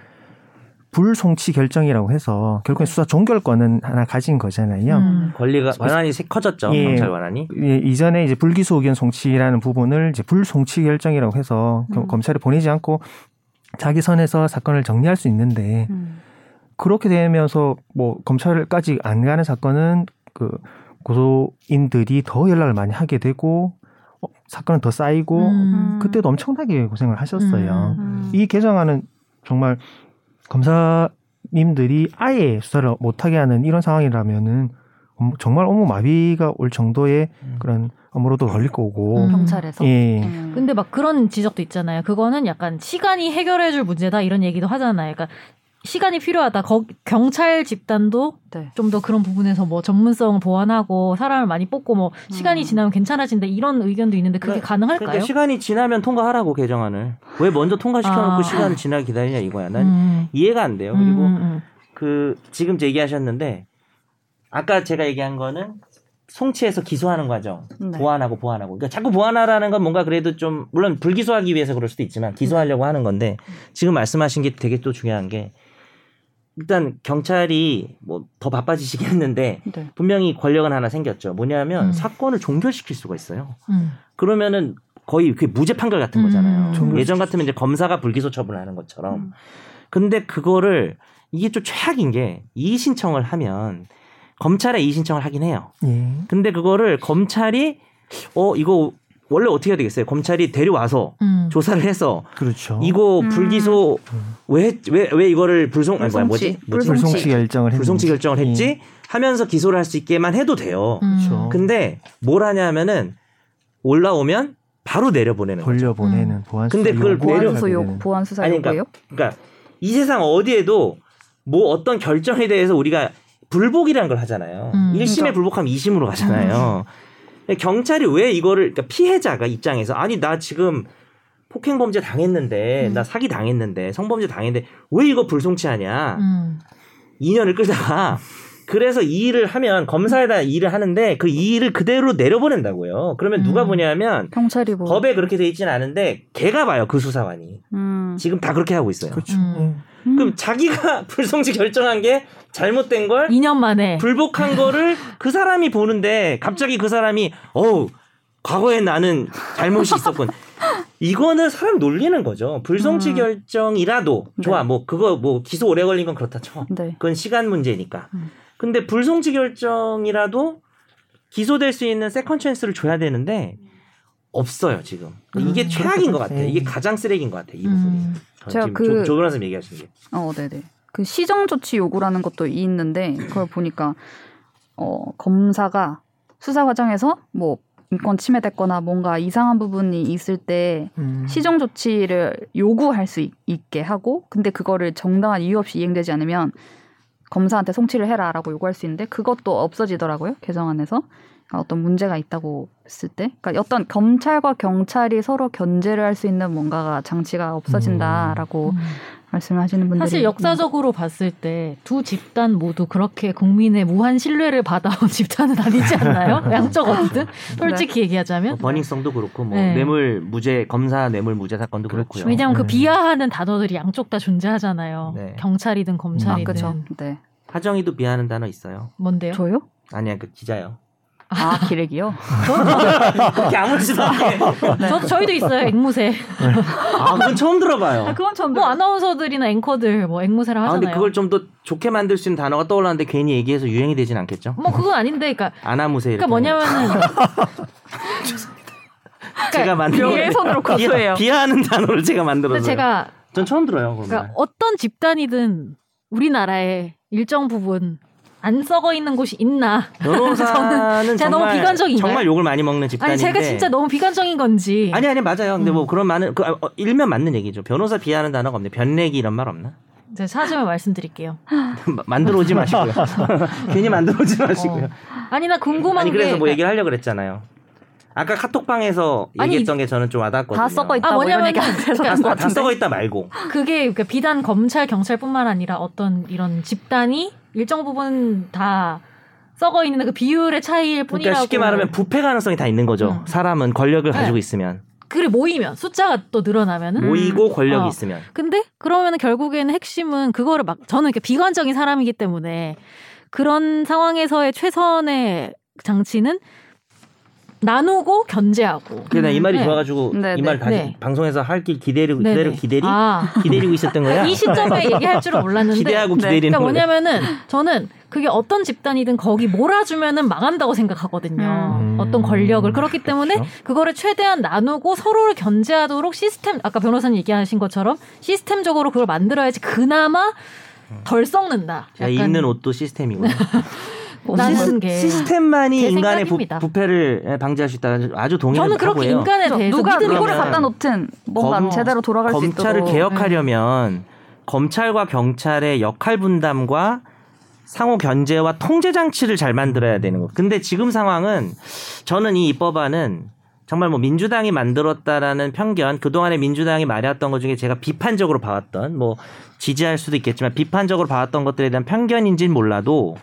D: 불송치 결정이라고 해서 결국엔 수사 종결권은 하나 가진 거잖아요.
C: 음.
B: 권리가 권한이 세- 커졌죠.
D: 예.
B: 경찰 권한이.
D: 예, 이전에 이제 불기소 의견 송치라는 부분을 이제 불송치 결정이라고 해서 겨-
A: 음.
D: 검찰에 보내지 않고 자기 선에서 사건을 정리할 수 있는데
A: 음.
D: 그렇게 되면서 뭐 검찰까지 안 가는 사건은 그 고소인들이 더 연락을 많이 하게 되고 어, 사건은 더 쌓이고
C: 음.
D: 그때도 엄청나게 고생을 하셨어요.
A: 음.
D: 이 개정안은 정말 검사님들이 아예 수사를 못하게 하는 이런 상황이라면은 업무- 정말 업무 마비가 올 정도의 그런 업무로도 걸릴 거고.
C: 음.
A: 경찰에서.
D: 예.
A: 음.
C: 근데 막 그런 지적도 있잖아요. 그거는 약간 시간이 해결해줄 문제다 이런 얘기도 하잖아요. 그러니까 시간이 필요하다. 거- 경찰 집단도
A: 네.
C: 좀 더 그런 부분에서 뭐 전문성을 보완하고 사람을 많이 뽑고 뭐 시간이
A: 음.
C: 지나면 괜찮아진다 이런 의견도 있는데 그게
B: 그러니까-
C: 가능할까요?
B: 그러니까 시간이 지나면 통과하라고 개정안을 왜 먼저 통과시켜놓고
C: 아.
B: 시간을 지나 기다리냐 이거야. 난
C: 음.
B: 이해가 안 돼요.
C: 음,
B: 그리고
C: 음, 음.
B: 그 지금 얘기하셨는데 아까 제가 얘기한 거는 송치해서 기소하는 과정
A: 네.
B: 보완하고 보완하고 그러니까 자꾸 보완하라는 건 뭔가 그래도 좀 물론 불기소하기 위해서 그럴 수도 있지만 기소하려고 하는 건데 지금 말씀하신 게 되게 또 중요한 게 일단 경찰이 뭐 더 바빠지시긴 했는데
A: 네.
B: 분명히 권력은 하나 생겼죠 뭐냐면
C: 음.
B: 사건을 종결시킬 수가 있어요
C: 음.
B: 그러면은 거의 그게 무죄 판결 같은
C: 음.
B: 거잖아요.
D: 종결
B: 예전 같으면 이제 검사가 불기소 처분을 하는 것처럼.
A: 음.
B: 근데 그거를 이게 좀 최악인 게 이의 신청을 하면 검찰에 이의 신청을 하긴 해요.
D: 예.
B: 근데 그거를 검찰이 어 이거 원래 어떻게 해야 되겠어요? 검찰이 데려와서
C: 음.
B: 조사를 해서
D: 그렇죠.
B: 이거
A: 음.
B: 불기소 왜 왜 왜 이거를 불송 아니 뭐야 뭐지
A: 불송치. 불송치.
B: 뭐지?
A: 음.
D: 불송치 결정을 했
B: 불송치 결정을 했지 하면서 기소를 할 수 있게만 해도 돼요.
C: 음.
A: 어.
D: 그렇죠.
B: 근데 뭘 하냐면은 올라오면 바로 내려보내는 거죠.
D: 예. 돌려보내는 보안
B: 근데
D: 수사
B: 그걸
D: 요구가
B: 내려-
A: 음. 보안수사 요
D: 있어야 되는.
A: 보안 수사
B: 아니, 그러니까
A: 요구예요?
B: 그러니까 이 세상 어디에도 뭐 어떤 결정에 대해서 우리가 불복이라는 걸 하잖아요.
C: 음,
B: 일심에
A: 그러니까. 음.
B: 불복하면 이심으로 가잖아요. 근데 경찰이 왜 이거를 그러니까 피해자가 입장에서 아니 나 지금 폭행 범죄
A: 음.
B: 당했는데 나 사기 당했는데 성범죄 당했는데 왜 이거 불송치하냐?
C: 음.
B: 2년을 끌다가 그래서 이 일을 하면 검사에다 이 일을 하는데 그 이 일을 그대로 내려보낸다고요. 그러면 누가
C: 음.
B: 보냐면
A: 경찰이 뭐
B: 법에 그렇게 돼 있지는 않은데 걔가 봐요 그 수사관이
A: 음.
B: 지금 다 그렇게 하고 있어요.
D: 그렇죠.
C: 음.
B: 그럼 자기가 불송치 결정한 게 잘못된 걸
A: 예.
C: 2년 만에
B: 불복한 거를 그 사람이 보는데 갑자기 그 사람이 어우 과거에 나는 잘못이 있었군. 이거는 사람 놀리는 거죠. 불송치
A: 음.
B: 결정이라도 좋아
A: 네.
B: 뭐 그거 뭐 기소 오래 걸린 건 그렇다 쳐.
A: 네.
B: 그건 시간 문제니까.
A: 음.
B: 근데 불송치 결정이라도 기소될 수 있는 세컨 찬스를 줘야 되는데 없어요 지금. 이게
C: 음.
B: 최악인 것 같아요.
D: 네.
B: 이게 가장 쓰레기인 것 같아요 이 부분이.
C: 음.
A: 제가
B: 지금
A: 그-
B: 조, 조 변호사님 얘기하시는 게.
A: 어, 네네. 그 시정 조치 요구라는 것도 있는데 그걸 보니까 어, 검사가 수사 과정에서 뭐 인권 침해됐거나 뭔가 이상한 부분이 있을 때
D: 음.
A: 시정 조치를 요구할 수 있- 있게 하고 근데 그거를 정당한 이유 없이 이행되지 않으면 검사한테 송치를 해라라고 요구할 수 있는데 그것도 없어지더라고요 개정안에서 그러니까 어떤 문제가 있다고 했을 때 그러니까 어떤 검찰과 경찰이 서로 견제를 할 수 있는 뭔가가 장치가 없어진다라고
C: 음.
A: 말씀하시는 분들이
B: 음.
C: 사실 역사적으로 봤을 때 두 집단 모두 그렇게 국민의 무한 신뢰를 받아온 집단은 아니지 않나요? 양쪽 어디든
B: 네.
C: 솔직히 얘기하자면
B: 뭐 버닝성도 그렇고 뭐
C: 네.
B: 뇌물 무죄 검사 뇌물 무죄 사건도 그렇고요 음.
C: 왜냐하면 그
D: 네.
C: 비하하는 단어들이 양쪽 다 존재하잖아요.
B: 네.
C: 경찰이든
A: 아,
C: 검찰이든
A: 그죠. 네.
B: 하정이도 비하하는 단어 있어요.
C: 뭔데요?
A: 저요?
B: 아니야 그 기자요.
A: 아, 기레기요?
B: 그렇게 아무렇지도 않게.
C: 저, 저희도
B: 네.
C: 있어요 앵무새.
B: 아 그건 처음 들어봐요.
A: 그건 전
C: 뭐 아나운서들이나 앵커들 뭐 앵무새를
B: 아
C: 하잖아요.
B: 근데 그걸 좀 더 좋게 만들 수 있는 단어가 떠올랐는데 괜히 얘기해서 유행이 되진 않겠죠?
C: 뭐 그건 아닌데, 그러니까
B: 아나무새 이렇게.
C: 그러니까 뭐냐면은
B: 제가 만든
A: 예, 손으로 고소해요.
B: 비하, 비하하는 단어를
C: 근데
B: 제가 그러니까 만들었어요.
C: 제가
B: 전 처음 들어요. 그러면.
C: 그러니까 어떤 집단이든 우리나라에 일정 부분 안 썩어 있는 곳이 있나?
B: 변호사는
C: 제가 너무
B: 정말
C: 비관적인가요?
B: 정말 욕을 많이 먹는 집단인데
C: 아니 제가 진짜 너무 비관적인 건지.
B: 아니 아니 맞아요. 근데 뭐 그런 많은 그 아, 어, 일면 맞는 얘기죠. 변호사 비하는 단어가 없네. 변내기 이런 말 없나?
C: 제가 사전에 말씀드릴게요.
B: 마- 만들어 오지 마시고요. 괜히 만들어 오지 마시고요.
C: 어. 아니 나 궁금한
B: 아니
C: 게
B: 그래서 뭐 얘기를 하려고 그랬잖아요. 아까 카톡방에서
C: 아니,
B: 얘기했던 게 저는 좀 와닿았거든요.
A: 다 썩어 있다고
C: 아, 뭐냐면은
A: 이런 얘기 안 해서
C: 그러니까
A: 나온 것
B: 다, 다
A: 같은데.
B: 썩어 있다 말고
C: 그게 그러니까 비단 검찰 경찰뿐만 아니라 어떤 이런 집단이 일정 부분 다 썩어 있는 그 비율의 차이일 뿐이라고.
B: 그러니까 쉽게 말하면 부패 가능성이 다 있는 거죠.
C: 음.
B: 사람은 권력을
C: 네.
B: 가지고 있으면
C: 그래 모이면 숫자가 또 늘어나면은.
A: 음.
B: 모이고 권력이
C: 어.
B: 있으면
C: 근데 그러면 결국에는 핵심은 그거를 막 저는 이렇게 비관적인 사람이기 때문에 그런 상황에서의 최선의 장치는 나누고 견제하고
B: 그냥 이 말이
C: 네.
B: 좋아가지고
A: 네,
B: 이 말
C: 네.
B: 다시
C: 네.
B: 방송에서 할길 기대리고
C: 네네.
B: 기대리고 기대리
C: 아,
B: 기대리고 있었던 거야.
C: 이 시점에 얘기할 줄은 몰랐는데
B: 기대하고
A: 네.
C: 그러니까
B: 기대리는 거예요.
C: 뭐냐면은 저는 그게 어떤 집단이든 거기 몰아주면은 망한다고 생각하거든요.
D: 음.
C: 어떤 권력을 그렇기 때문에
D: 그렇죠.
C: 그거를 최대한 나누고 서로를 견제하도록 시스템 아까 변호사님 얘기하신 것처럼 시스템적으로 그걸 만들어야지 그나마 덜 썩는다.
B: 제가 입는 옷도 시스템이고요.
C: 나는
B: 시스-
C: 게-
B: 시스템만이
C: 제
B: 인간의 부,
C: 생각입니다.
B: 부패를 방지할 수 있다는 아주 동의를
C: 저는
B: 하고
C: 그렇게
B: 해요.
C: 인간에
A: 그래서
C: 대해서
A: 누가
C: 믿음이
A: 누구를
B: 그러면
A: 갖다 놓든 뭔가
B: 검-
A: 제대로 돌아갈 수 있도록 음.
B: 검찰을 개혁하려면 검찰과 경찰의 역할 분담과 상호 견제와 통제 장치를 잘 만들어야 되는 거. 근데 지금 상황은 저는 이 입법안은 정말 뭐 민주당이 만들었다라는 편견, 그동안에 민주당이 말해왔던 것 중에 제가 비판적으로 봐왔던 뭐 지지할 수도 있겠지만 비판적으로 봐왔던 것들에 대한 편견인지는 몰라도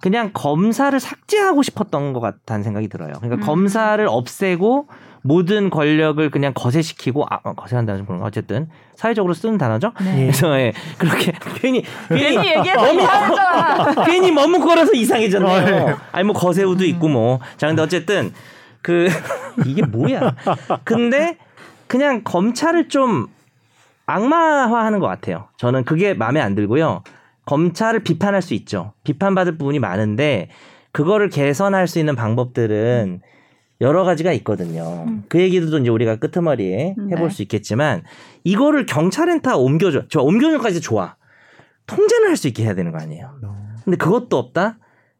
B: 그냥 검사를 삭제하고 싶었던 것 같다는 생각이 들어요. 그러니까
A: 음.
B: 검사를 없애고 모든 권력을 그냥 거세시키고 아 어, 거세한다는 그런 거 어쨌든 사회적으로 쓰는 단어죠.
C: 네.
B: 그래서 예, 그렇게 괜히 괜히
A: 괜히 얘기해서 이상하잖아.
B: 괜히 머뭇거려서 이상해졌네요.
D: 어, 예.
B: 아니 뭐 거세우도 있고 뭐. 자 근데 어쨌든 그 이게 뭐야? 근데 그냥 검찰을 좀 악마화하는 것 같아요. 저는 그게 마음에 안 들고요. 검찰을 비판할 수 있죠. 비판받을 부분이 많은데 그거를 개선할 수 있는 방법들은 여러 가지가 있거든요. 그 얘기도 이제 우리가 끄트머리에 해볼
A: 네.
B: 수 있겠지만 이거를 경찰엔 다 옮겨줘. 저 옮겨줘까지 좋아. 통제는 할 수 있게 해야 되는 거 아니에요. 근데 그것도 없다?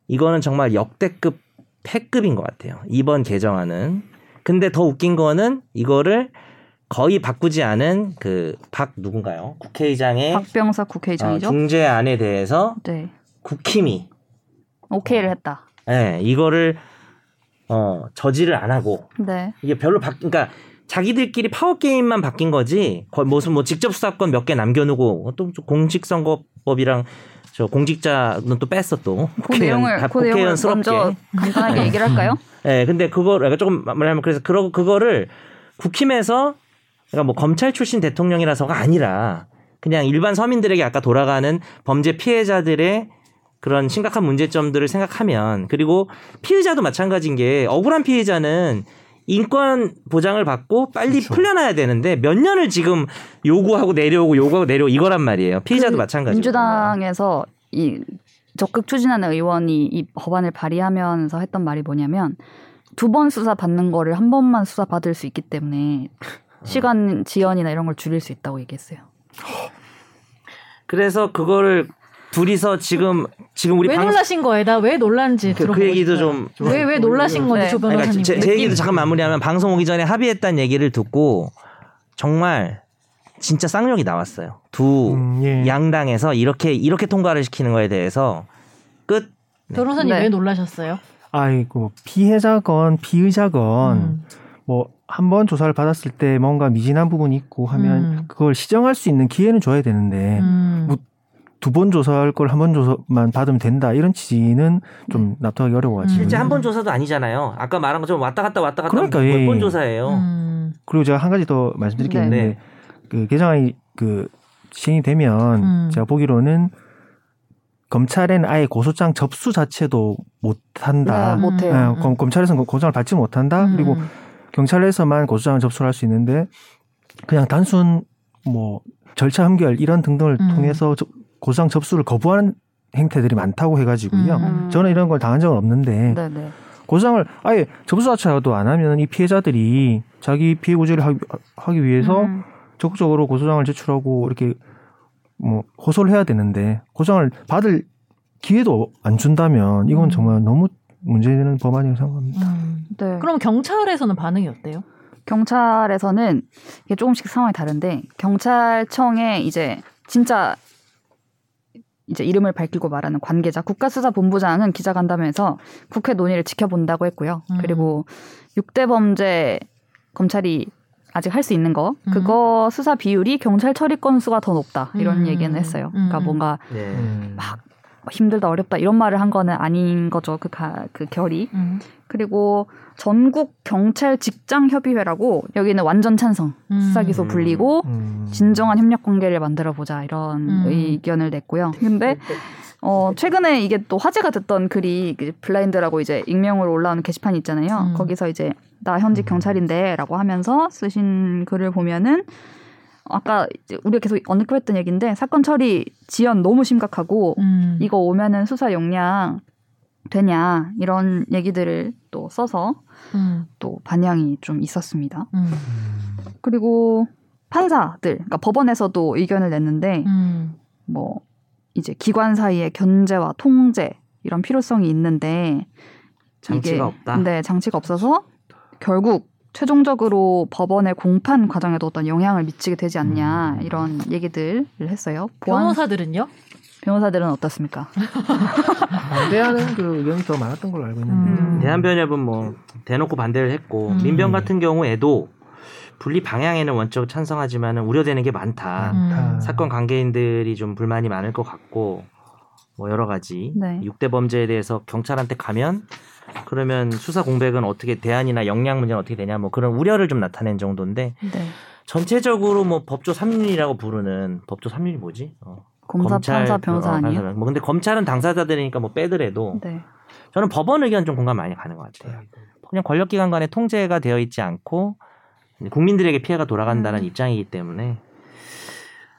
B: 이거는 정말 역대급 패급인 것 같아요. 이번 개정안은. 근데 더 웃긴 거는 이거를 거의 바꾸지 않은 그 박 누군가요? 국회의장의
A: 박병사
B: 어,
A: 국회의장이죠.
B: 예? 중재안에 대해서
A: 네.
B: 국힘이
A: 오케이를 했다.
B: 예, 이거를 어, 저지를 안 하고
A: 네.
B: 이게 별로 바 그러니까 자기들끼리 파워 게임만 바뀐 거지. 거의 무슨 뭐 직접 수사권 몇 개 남겨놓고 또 공직선거법이랑 저 공직자는 또 뺐어 또.
A: 그
B: 아,
A: 내용을 그 내용을 먼저 간단하게 얘기를 할까요?
B: 예, 근데 그거 그러니까 조금 말하면 그래서 그러 그거를 국힘에서 그러니까 뭐 검찰 출신 대통령이라서가 아니라 그냥 일반 서민들에게 아까 돌아가는 범죄 피해자들의 그런 심각한 문제점들을 생각하면 그리고 피해자도 마찬가지인 게 억울한 피해자는 인권 보장을 받고 빨리 풀려나야 되는데 몇 년을 지금 요구하고 내려오고 요구하고 내려오고 이거란 말이에요. 피해자도
A: 그
B: 마찬가지고.
A: 민주당에서 이 적극 추진하는 의원이 이 법안을 발의하면서 했던 말이 뭐냐면 두 번 수사 받는 거를 한 번만 수사 받을 수 있기 때문에 시간 지연이나 이런 걸 줄일 수 있다고 얘기했어요.
B: 그래서 그거를 둘이서 지금 지금 우리
C: 왜
B: 방
C: 놀라신 거예요? 나 왜 놀랐는지
B: 그,
C: 들어보고
B: 그 얘기도
C: 싶어요.
B: 좀
C: 왜, 왜 놀라신 건지
A: 네.
C: 조
B: 그러니까
C: 변호사님.
B: 제, 제 얘기도 잠깐 마무리하면 방송 오기 전에 합의했다는 얘기를 듣고 정말 진짜 쌍욕이 나왔어요. 두
D: 음, 예.
B: 양당에서 이렇게 이렇게 통과를 시키는 거에 대해서 끝.
C: 변호사님
A: 네.
C: 왜 놀라셨어요?
D: 아이고 피해자건
A: 음.
D: 피의자건
C: 음.
D: 뭐 한 번 조사를 받았을 때 뭔가 미진한 부분이 있고 하면
C: 음.
D: 그걸 시정할 수 있는 기회는 줘야
A: 네.
D: 되는데
C: 음.
D: 뭐- 두 번 조사할 걸 한 번 조사만 받으면 된다 이런 취지는 좀 납득하기 어려워가지고
B: 실제
C: 음.
B: 한 번 조사도 아니잖아요. 아까 말한 것처럼 왔다 갔다 왔다 갔다
D: 그러니까, 예.
B: 몇번 조사예요.
C: 음.
D: 그리고 제가 한 가지 더 말씀드릴 게
A: 네.
D: 있는데
B: 네.
D: 그 개정안이 그 시행이 되면
C: 음.
D: 제가 보기로는 검찰에는 아예 고소장 접수 자체도 못 한다.
A: 네, 못해요.
C: 음.
D: 예, 검- 검찰에서는 고소장을 받지 못한다. 그리고
C: 음.
D: 경찰에서만 고소장을 접수를 할 수 있는데 그냥 단순 뭐 절차 흠결 이런 등등을
C: 음.
D: 통해서 저- 고소장 접수를 거부하는 행태들이 많다고 해가지고요.
C: 음.
D: 저는 이런 걸 당한 적은 없는데
A: 네, 네.
D: 고소장을 아예 접수 자체도 안 하면 이 피해자들이 자기 피해 구제를 하기, 하기 위해서
A: 음.
D: 적극적으로 고소장을 제출하고 이렇게 뭐 호소를 해야 되는데 고소장을 받을 기회도 안 준다면 이건
C: 음.
D: 정말 너무 문제되는 법안이라고 생각합니다.
A: 네.
C: 그럼 경찰에서는 반응이 어때요?
A: 경찰에서는 이게 조금씩 상황이 다른데 경찰청에 이제 진짜 이제 이름을 밝히고 말하는 관계자 국가수사본부장은 기자간담회에서 국회 논의를 지켜본다고 했고요.
C: 음.
A: 그리고 6대 범죄 검찰이 아직 할 수 있는 거
C: 음.
A: 그거 수사 비율이 경찰 처리 건수가 더 높다 이런
C: 음.
A: 얘기는 했어요. 그러니까
C: 음.
A: 뭔가
B: 네.
A: 막 힘들다 어렵다 이런 말을 한 거는 아닌 거죠. 그, 가, 그 결이 그리고 전국 경찰 직장 협의회라고 여기는 완전 찬성
C: 음.
A: 수사기소
B: 음.
A: 불리고
D: 음.
A: 진정한 협력 관계를 만들어 보자 이런
C: 음.
A: 의견을 냈고요. 근데 어 최근에 이게 또 화제가 됐던 글이 그 블라인드라고 이제 익명으로 올라오는 게시판이 있잖아요.
C: 음.
A: 거기서 이제 나 현직 경찰인데라고 하면서 쓰신 글을 보면은 아까 이제 우리가 계속 언급했던 얘기인데 사건 처리 지연 너무 심각하고
C: 음.
A: 이거 오면은 수사 역량 되냐 이런 얘기들을 또 써서
C: 음.
A: 또 반향이 좀 있었습니다.
C: 음.
A: 그리고 판사들, 그러니까 법원에서도 의견을 냈는데
C: 음.
A: 뭐 이제 기관 사이의 견제와 통제 이런 필요성이 있는데
B: 장치가 없다.
A: 네, 장치가 없어서 결국 최종적으로 법원의 공판 과정에도 어떤 영향을 미치게 되지 않냐
B: 음.
A: 이런 얘기들을 했어요. 보안
C: 변호사들은요?
A: 변호사들은 어떻습니까?
D: 반대하는 그 의견이 더 많았던 걸로 알고 있는데
C: 음.
B: 대한변협은 뭐 대놓고 반대를 했고
C: 음.
B: 민병 같은 경우에도 분리 방향에는 원적 찬성하지만 우려되는 게 많다.
C: 음.
D: 다
B: 아, 사건 관계인들이 좀 불만이 많을 것 같고 뭐 여러 가지
A: 네.
B: 육 6대 범죄에 대해서 경찰한테 가면 그러면 수사 공백은 어떻게 대안이나 역량 문제는 어떻게 되냐 뭐 그런 우려를 좀 나타낸 정도인데
A: 네.
B: 전체적으로 뭐 법조 3륜이라고 부르는 법조 3륜이 뭐지? 어,
A: 검사, 판사, 변호사
B: 어,
A: 아니에요?
B: 판사, 뭐 근데 검찰은 당사자들이니까 뭐 빼더라도
A: 네.
B: 저는 법원 의견 좀 공감 많이 가는 것 같아요. 그냥 권력기관 간의 통제가 되어 있지 않고 국민들에게 피해가 돌아간다는
A: 음.
B: 입장이기 때문에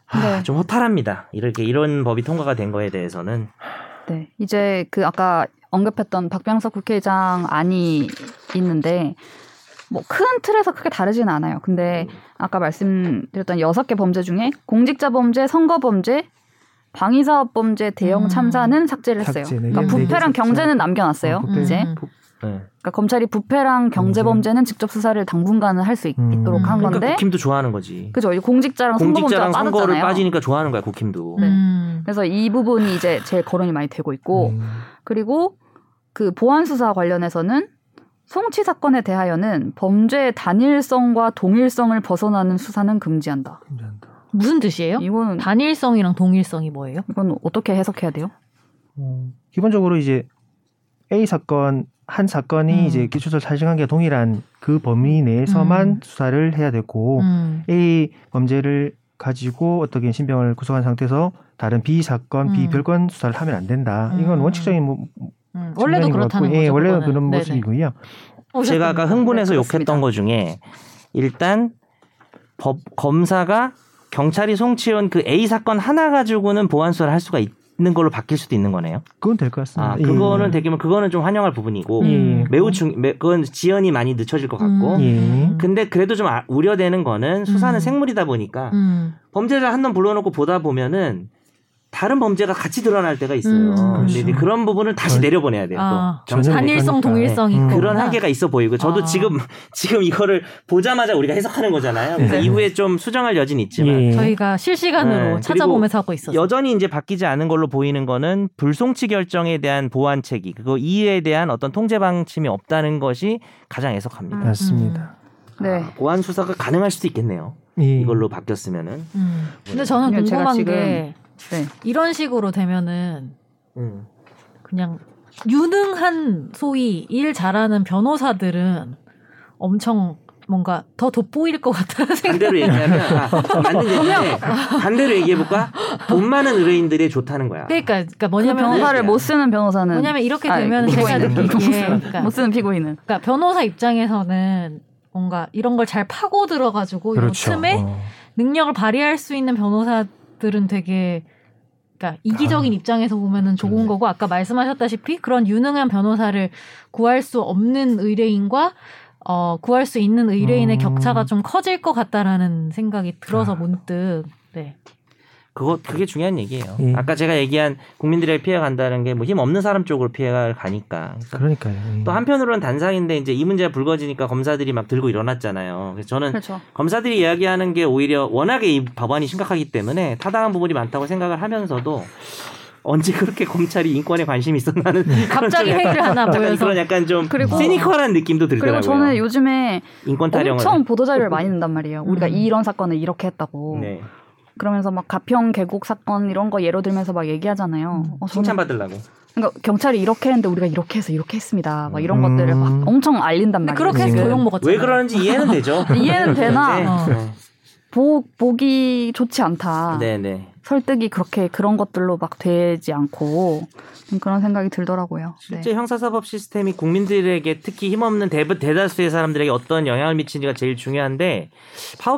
B: 하,
A: 네.
B: 좀 허탈합니다. 이렇게 이런 법이 통과가 된 거에 대해서는
A: 네. 이제 그 아까 언급했던 박병석 국회의장 안이 있는데 뭐 큰 틀에서 크게 다르진 않아요. 근데 아까 말씀드렸던 여섯 개 범죄 중에 공직자 범죄, 선거 범죄, 방위사업 범죄, 대형
C: 음.
A: 참사는 삭제를 했어요.
D: 삭제, 네
A: 그러니까
D: 개, 네개
A: 부패랑
D: 삭제.
A: 경제는 남겨놨어요.
D: 어, 부패.
A: 이제
C: 음.
B: 네.
A: 그러니까 검찰이 부패랑 경제
D: 경제.
A: 범죄는 직접 수사를 당분간은 할 수
D: 음.
A: 있도록 한
B: 그러니까
A: 건데
B: 국힘도 좋아하는 거지.
A: 그죠? 이 공직자랑 아, 선거 범죄가
B: 공직자랑 선거를
A: 빠졌잖아요.
B: 빠지니까 좋아하는 거야 국힘도.
A: 네.
C: 음.
A: 그래서 이 부분이 이제 제일 거론이 많이 되고
B: 음.
A: 있고
D: 음.
A: 그리고 그 보안 수사 관련해서는 송치 사건에 대하여는 범죄의 단일성과 동일성을 벗어나는 수사는 금지한다.
D: 괜찮다.
C: 무슨 뜻이에요?
A: 이거는
C: 단일성이랑 동일성이 뭐예요?
A: 이건 어떻게 해석해야 돼요?
D: 음, 기본적으로 이제 A 사건 한 사건이
C: 음.
D: 이제 기초적 살인관계가 동일한 그 범위 내에서만
C: 음.
D: 수사를 해야 되고
C: 음.
D: A 범죄를 가지고 어떻게 신병을 구속한 상태에서 다른 B 사건, B
C: 음.
D: 별건 수사를 하면 안 된다. 이건
C: 음.
D: 원칙적인 뭐
C: 음. 원래도
D: 측면인 것
C: 그렇다는
D: 같고,
C: 거죠.
D: 예, 원래는
C: 그거는.
D: 그런
C: 네네.
D: 모습이고요.
C: 오셨습니다.
B: 제가 아까 흥분해서
A: 네, 그렇습니다.
B: 욕했던 것 중에 일단 법 검사가 경찰이 송치해온 그 A 사건 하나 가지고는 보안 수사를 할 수가 있는 걸로 바뀔 수도 있는 거네요.
D: 그건 될 것 같습니다.
B: 아
D: 예.
B: 그거는 되게 뭐 그거는 좀 환영할 부분이고
C: 음.
B: 매우 중 매- 그건 지연이 많이 늦춰질 것 같고
A: 음.
D: 예.
B: 근데 그래도 좀 아- 우려되는 거는 수사는
C: 음.
B: 생물이다 보니까
C: 음.
B: 범죄자 한 놈 불러놓고 보다 보면은 다른 범죄가 같이 드러날 때가 있어요.
C: 음.
B: 근데 이제
D: 그렇죠.
B: 그런 부분을 다시
D: 전-
B: 내려보내야 돼요. 또.
C: 아,
B: 정신을
D: 전혀
C: 단일성
D: 못 가니까.
C: 동일성이
D: 음.
C: 있고
B: 그런 한계가 있어 보이고 저도
C: 아.
B: 지금 지금 이거를 보자마자 우리가 해석하는 거잖아요. 그래서
A: 네.
B: 이후에 좀 수정할 여지는 있지만
D: 예.
C: 저희가
B: 네,
C: 실시간으로
B: 그리고
C: 찾아보면서 하고 있었어요.
B: 여전히 이제 바뀌지 않은 걸로 보이는 거는 불송치 결정에 대한 보완 책이 그거 이에 대한 어떤 통제 방침이 없다는 것이 가장
D: 음.
B: 애석합니다.
D: 맞습니다.
A: 네.
B: 아, 보안 수사가 가능할 수도 있겠네요.
D: 예.
B: 음, 이걸로 바뀌었으면은.
C: 음. 근데 저는
A: 왜냐면 제가
C: 궁금한
A: 지금-
C: 게
A: 네.
C: 이런 식으로 되면은
B: 음.
C: 그냥 유능한 소위 일 잘하는 변호사들은 엄청 뭔가 더 돋보일 것 같다는 생각.
B: 반대로 얘기하면 아, 맞는 얘기인데 반대로 얘기해 볼까? 돈 많은 의뢰인들이 좋다는 거야.
C: 그러니까, 그러니까
A: 그
C: 뭐냐면
A: 변호사를 못 쓰는 변호사는
C: 뭐냐면 이렇게
A: 아,
C: 되면 제가
A: 피고인은.
C: 느끼기에 그러니까,
A: 못 쓰는 피고인은
C: 그러니까 변호사 입장에서는 뭔가 이런 걸 잘 파고 들어가지고
D: 그렇죠.
C: 요 틈에
D: 어.
C: 능력을 발휘할 수 있는 변호사들은 되게 그러니까 이기적인 입장에서 보면은 좋은
D: 그러네.
C: 거고 아까 말씀하셨다시피 그런 유능한 변호사를 구할 수 없는 의뢰인과 어 구할 수 있는 의뢰인의
D: 음.
C: 격차가 좀 커질 것 같다라는 생각이 들어서
D: 아.
C: 문득 네.
B: 그거 그게 중요한 얘기예요.
D: 예.
B: 아까 제가 얘기한 국민들의 피해 간다는 게 뭐 힘 없는 사람 쪽으로 피해가 가니까. 그래서
D: 그러니까요. 예.
B: 또 한편으로는 단상인데 이제 이 문제가 불거지니까 검사들이 막 들고 일어났잖아요. 그래서 저는
A: 그렇죠.
B: 검사들이 이야기하는 게 오히려 워낙에 이 법안이 심각하기 때문에 타당한 부분이 많다고 생각을 하면서도 언제 그렇게 검찰이 인권에 관심이 있었나는
C: 갑자기 회의를 하나
B: 약간
C: 모여서
B: 그런 약간 좀
A: 그리고-
B: 시니컬한 느낌도 들더라고요.
A: 그리고 저는 요즘에
B: 인권 타령을
A: 엄청 보도 자료를 많이 낸단 말이에요. 우리가
C: 음.
A: 이런 사건을 이렇게 했다고.
B: 네.
A: 그러면서 막 가평 계곡 사건 이런 거 예로 들면서 막 얘기하잖아요. 어, 저는
B: 칭찬받으려고.
A: 그러니까 경찰이 이렇게 했는데 우리가 이렇게 해서 이렇게 했습니다. 막 이런
D: 음.
A: 것들을 막 엄청 알린단
C: 근데
A: 아, 말이에요.
C: 그렇게 해서
A: 지금.
C: 도용 먹었잖아요.
B: 왜 그러는지 이해는 되죠.
A: 이해는 되나?
B: 네.
C: 어.
A: 보, 보기 좋지 않다.
B: 네, 네.
A: 설득이 그렇게 그런 것들로 막 되지 않고 좀 그런 생각이 들더라고요. 네.
B: 실제 형사사법 시스템이 국민들에게 특히 힘없는 대, 대다수의 사람들에게 어떤 영향을 미치는지가 제일 중요한데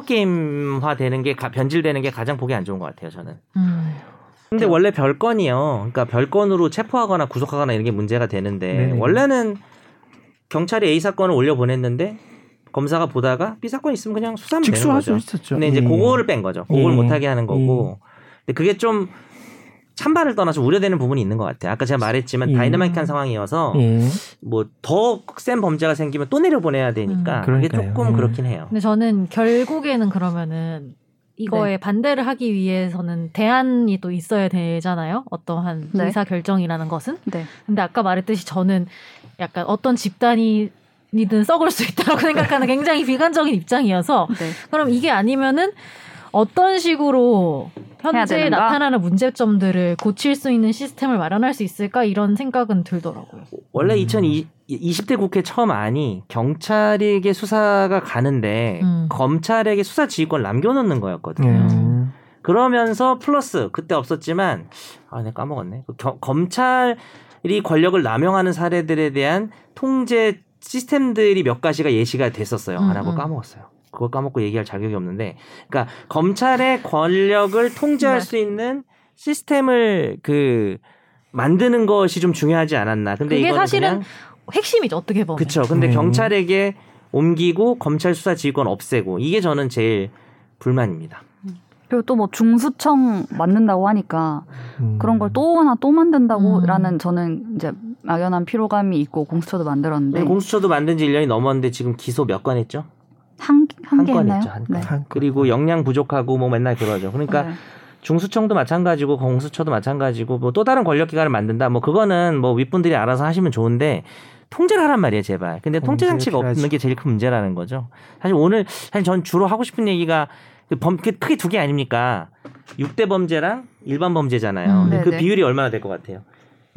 B: 파워게임화 되는 게 가- 변질되는 게 가장 보기 안 좋은 것 같아요, 저는.
C: 음.
B: 근데
D: 네.
B: 원래 별건이요. 그러니까 별건으로 체포하거나 구속하거나 이런 게 문제가 되는데
D: 네네.
B: 원래는 경찰이 A 사건을 올려 보냈는데 검사가 보다가 B 사건 이 있으면 그냥 수사하면 되는
D: 직수할 수
B: 거죠.
D: 있었죠.
B: 근데 이제
D: 예.
B: 그거를 뺀 거죠. 그걸
D: 예.
B: 못하게 하는 거고. 근데 그게 좀 찬반을 떠나서 우려되는 부분이 있는 것 같아요. 아까 제가 말했지만
D: 예.
B: 다이나믹한 상황이어서
D: 예.
B: 뭐 더 센 범죄가 생기면 또 내려보내야 되니까
D: 음.
B: 그게
D: 그러니까요.
B: 조금
D: 음.
B: 그렇긴 해요.
C: 근데 저는 결국에는 그러면은 이거에 반대를 하기 위해서는 대안이 또 있어야 되잖아요. 어떠한
A: 네.
C: 의사 결정이라는 것은.
A: 네.
C: 근데 아까 말했듯이 저는 약간 어떤 집단이 이든 썩을 수 있다고 생각하는 굉장히 비관적인 입장이어서
A: 네.
C: 그럼 이게 아니면은 어떤 식으로
A: 해야
C: 현재
A: 되는가?
C: 나타나는 문제점들을 고칠 수 있는 시스템을 마련할 수 있을까 이런 생각은 들더라고요.
B: 원래
D: 음.
B: 2020, 대 국회 처음 안이 경찰에게 수사가 가는데
C: 음.
B: 검찰에게 수사 지휘권 남겨놓는 거였거든요.
D: 예.
C: 음.
B: 그러면서 플러스 그때 없었지만 아 내가 까먹었네. 그 겨- 검찰이 권력을 남용하는 사례들에 대한 통제 시스템들이 몇 가지가 예시가 됐었어요.
C: 음,
B: 아, 나 그거
C: 음.
B: 까먹었어요. 그걸 까먹고 얘기할 자격이 없는데, 그러니까 검찰의 권력을 통제할
A: 네.
B: 수 있는 시스템을 그 만드는 것이 좀 중요하지 않았나. 근데
C: 그게
B: 이거는
C: 사실은
B: 그냥
C: 핵심이죠 어떻게 보면.
B: 그쵸. 근데
D: 네.
B: 경찰에게 옮기고 검찰 수사 지휘권 없애고 이게 저는 제일 불만입니다.
A: 그리고 또 뭐 중수청 만든다고 하니까
D: 음.
A: 그런 걸 또 하나 또 만든다고라는
C: 음.
A: 저는 이제 막연한 피로감이 있고 공수처도
D: 네.
A: 만들었는데
B: 공수처도 만든 지 1년이 넘었는데 지금 기소 몇 건 했죠? 한
A: 한한개
B: 건
A: 있나요?
B: 했죠, 한 건.
A: 네.
D: 한-
B: 그리고 역량 부족하고 뭐 맨날 그러죠. 그러니까
A: 네.
B: 중수청도 마찬가지고 공수처도 마찬가지고 뭐 또 다른 권력 기관을 만든다. 뭐 그거는 뭐 윗분들이 알아서 하시면 좋은데 통제를 하란 말이에요, 제발. 근데 통제
D: 네, 통제를
B: 장치가 없는
D: 해야지.
B: 게 제일 큰 문제라는 거죠. 사실 오늘 사실 전 주로 하고 싶은 얘기가 그 범, 그 크게 두 개 아닙니까? 6대 범죄랑 일반 범죄잖아요.
C: 음,
B: 근데 그
A: 네네.
B: 비율이 얼마나 될 것 같아요?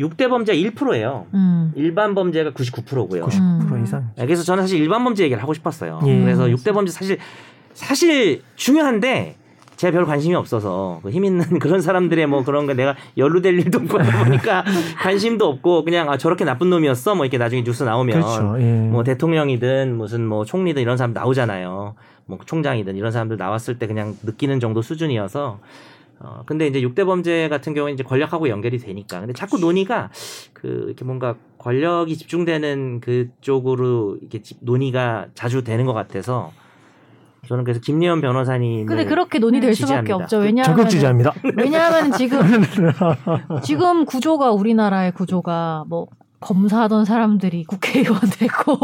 B: 6대 범죄가 1%예요.
C: 음.
B: 일반 범죄가 99%고요.
D: 90% 이상.
B: 그래서 저는 사실 일반 범죄 얘기를 하고 싶었어요.
D: 네. 예.
B: 그래서 6대 범죄 사실 사실 중요한데 제가 별 관심이 없어서 그힘 있는 그런 사람들의 뭐 그런 거 내가 연루될 일도 없고 하다 보니까 관심도 없고 그냥 아 저렇게 나쁜 놈이었어 뭐 이렇게 나중에 뉴스 나오면
D: 그렇죠. 예.
B: 뭐 대통령이든 무슨 뭐 총리든 이런 사람 나오잖아요. 뭐 총장이든 이런 사람들 나왔을 때 그냥 느끼는 정도 수준이어서 어 근데 이제 6대 범죄 같은 경우에 이제 권력하고 연결이 되니까 근데 자꾸 논의가 그 이렇게 뭔가 권력이 집중되는 그쪽으로 이렇게 집- 논의가 자주 되는 것 같아서 저는 그래서 김예원 변호사님
C: 근데 그렇게 논의될 수밖에
B: 지지합니다.
C: 없죠. 왜냐하면
D: 네. 적극 지지합니다.
C: 왜냐하면 지금 지금 구조가 우리나라의 구조가 뭐 검사하던 사람들이 국회의원 되고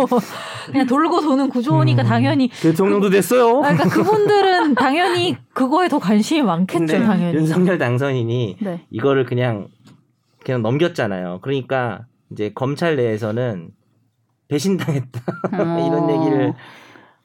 C: 그냥 돌고 도는 구조니까
D: 음.
C: 당연히
B: 대통령도 됐어요.
C: 아, 그러니까 그분들은 당연히 그거에 더 관심이 많겠죠
B: 근데
C: 당연히.
B: 네. 윤석열 당선인이
A: 네.
B: 이거를 그냥 그냥 넘겼잖아요. 그러니까 이제 검찰 내에서는 배신당했다 네,
A: 네.
B: 이런
C: 어.
B: 얘기를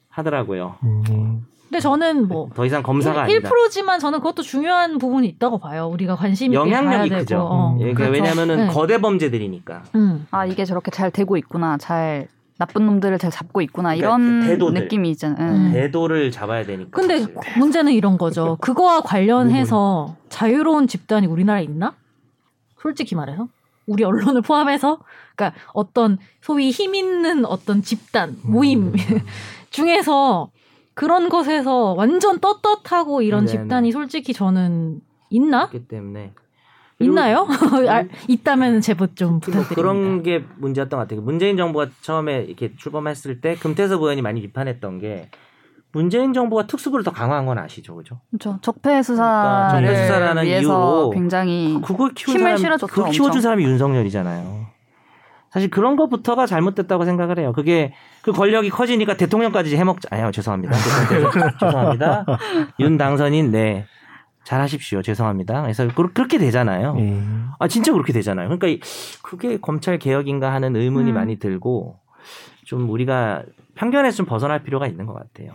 B: 하더라고요.
C: 네.
D: 음.
C: 근데 저는 뭐
B: 더 이상 검사가 아니다.
C: 1%지만 저는 그것도 중요한 부분이 있다고 봐요. 우리가 관심 있게 봐야
B: 영향력이
C: 되고.
B: 크죠.
C: 어.
D: 음.
B: 예, 그러니까
C: 그렇죠.
B: 왜냐하면은
C: 네.
B: 거대 범죄들이니까.
C: 음.
A: 아 이게 저렇게 잘 되고 있구나. 잘 나쁜 놈들을 잘 잡고 있구나.
B: 그러니까
A: 이런
B: 그 대도들.
A: 느낌이 있잖아요.
C: 음.
B: 대도를 잡아야 되니까.
C: 근데
B: 사실.
C: 문제는 이런 거죠. 그거와 관련해서 자유로운 집단이 우리나라에 있나? 솔직히 말해서 우리 언론을 포함해서 그러니까 어떤 소위 힘 있는 어떤
B: 음.
C: 집단 모임 중에서 그런 것에서 완전 떳떳하고 이런
B: 네,
C: 집단이
B: 네.
C: 솔직히 저는 있나?
B: 그렇기 때문에
C: 어? 있나요? 알- 있다면 제보 좀
B: 음, 그리고 뭐
C: 부탁드립니다.
B: 그런 게 문제였던 것 같아요. 문재인 정부가 처음에 이렇게 출범했을 때 금태섭 의원이 많이 비판했던 게 문재인 정부가 특수부를 더 강화한 건 아시죠, 그죠?
A: 그렇죠. 적폐
B: 그러니까
A: 수사를
B: 적폐 수사라는
A: 위해서
B: 이유로
A: 굉장히
B: 그걸 키운
A: 음. 힘을
B: 사람,
A: 실어줬죠,
B: 그걸 키워준
A: 엄청.
B: 사람이 윤석열이잖아요. 사실 그런 것부터가 잘못됐다고 생각을 해요. 그게 그 권력이 커지니까 대통령까지 해먹자. 아니요, 죄송합니다. 죄송- 죄송합니다. 윤 당선인, 네. 잘하십시오. 죄송합니다. 그래서 그렇- 그렇게 되잖아요.
D: 예.
B: 아 진짜 그렇게 되잖아요. 그러니까 이- 그게 검찰 개혁인가 하는 의문이
A: 음.
B: 많이 들고 좀 우리가 편견에서 좀 벗어날 필요가 있는 것 같아요.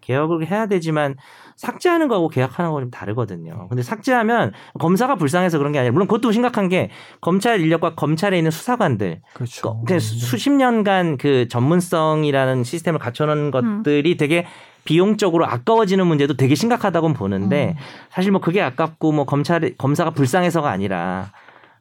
B: 개혁을 해야 되지만 삭제하는 거하고 계약하는 거좀 다르거든요. 근데 삭제하면 검사가 불쌍해서 그런 게 아니라 물론 그것도 심각한 게 검찰 인력과 검찰에 있는 수사관들
D: 그렇죠.
B: 그- 그 수십 년간 그 전문성이라는 시스템을
A: 음.
B: 갖춰놓은 것들이 되게 비용적으로 아까워지는 문제도 되게 심각하다고 보는데
A: 음.
B: 사실 뭐 그게 아깝고 뭐 검찰 검사가 불쌍해서가 아니라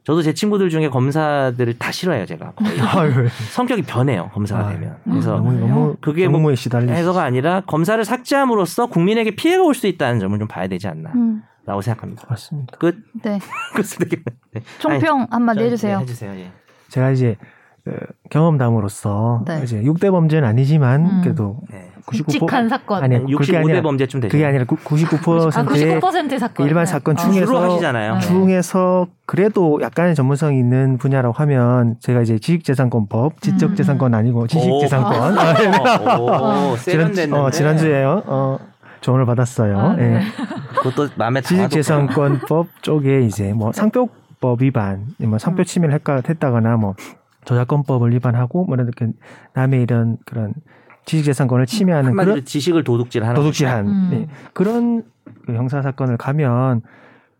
B: 저도 제 친구들 중에 검사들을 다 싫어해요 제가 거의.
D: 아유,
B: 성격이 변해요 검사가
D: 아,
B: 되면
A: 음.
B: 그래서
D: 너무 너무
B: 그게 뭐
D: 정무에 시달리.
B: 해서가 아니라 검사를 삭제함으로써 국민에게 피해가 올 수 있다는 점을 좀 봐야 되지 않나라고
A: 음,
B: 생각합니다.
D: 맞습니다.
B: 끝.
A: 네.
B: 끝을 되게
A: 총평 한마디 해주세요.
B: 네, 해주세요. 예.
D: 제가 이제 어, 경험담으로서
A: 네.
D: 이제 6대 범죄는 아니지만
C: 음.
D: 그래도
B: 네.
D: 99%
C: 굵직한 사건.
D: 아니, 그게
B: 65대
D: 아니라-
B: 범죄쯤 되죠.
D: 그게 아니라 99%의
C: 아, 99%의 사건.
D: 일반 사건
C: 어.
D: 중에-
B: 주로
D: 중에서-
B: 하시잖아요.
C: 네.
D: 중에서 그래도 약간의 전문성 이 있는 분야라고 하면 제가 이제
C: 음.
D: 지식재산권법, 지적재산권 아니고 지식재산권 아, 네.
B: 오, 오, 어, 세련됐는데.
D: 어, 지난주에요. 어, 조언을 받았어요.
C: 아, 네.
D: 예.
B: 그것도 마음에
D: 지식재산권법 쪽에 이제 뭐 상표법 위반, 뭐
C: 음.
D: 상표 침해를 했가- 했다거나 뭐 저작권법을 위반하고 뭐 이렇게 남의 이런 그런 지식재산권을 침해하는
B: 한마디로
D: 그런
B: 지식을 도둑질하는
D: 도둑질한
C: 음.
D: 예. 그런 그 형사 사건을 가면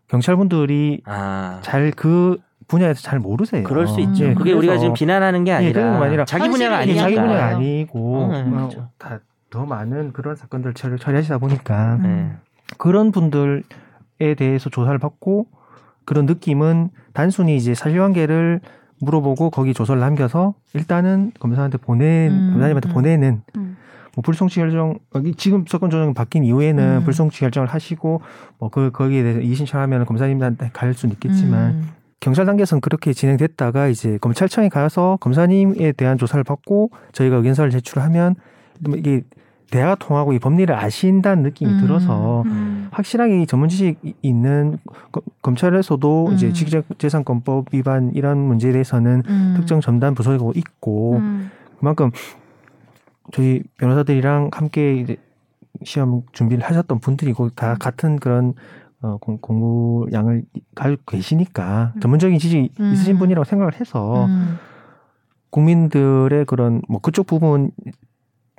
D: 경찰분들이
B: 거죠. 아
D: 잘 그 분야에서 잘 모르세요.
B: 그럴 수 있죠.
D: 예,
B: 그게 우리가
D: 그래서
B: 지금 비난하는 게
D: 예, 그런
B: 아니라,
D: 거 아니라
B: 자기 분야가
C: 현실을
D: 이게
B: 아니니까.
D: 자기
C: 아니니까.
D: 분야 아니고
B: 음, 음,
D: 뭐
B: 그렇죠.
D: 다 더 많은 그런 사건들을 처리, 처리하시다 보니까
C: 음.
B: 예.
D: 그런 분들에 대해서 조사를 받고 그런 느낌은 단순히 이제 사실관계를 물어보고 거기 조서를 남겨서 일단은 검사한테 보내
C: 음,
D: 검사님한테
C: 음.
D: 보내는
A: 음.
D: 뭐 불송치 결정 어, 이- 지금 사건 조정이 바뀐 이후에는
C: 음.
D: 불송치 결정을 하시고 뭐 그 거기에 대해서 이의 신청하면 검사님한테 갈 수는 있겠지만
C: 음.
D: 경찰 단계에서는 그렇게 진행됐다가 이제 검찰청에 가서 검사님에 대한 조사를 받고 저희가 의견서를 제출하면 뭐 이게 대화가 통하고 이 법리를 아신다는 느낌이
C: 음.
D: 들어서
C: 음.
D: 확실하게 이 전문 지식이 있는 거- 검찰에서도 이제
C: 음.
D: 지식재산권법 위반 이런 문제에 대해서는
C: 음.
D: 특정 전담 부서가 있고
A: 음.
D: 그만큼 저희 변호사들이랑 함께 이제 시험 준비를 하셨던 분들이고 다
C: 음.
D: 같은 그런 어, 공, 공부 양을 가지고 계시니까
A: 음.
D: 전문적인 지식이
C: 음.
D: 있으신 분이라고 생각을 해서
C: 음.
D: 국민들의 그런 뭐 그쪽 부분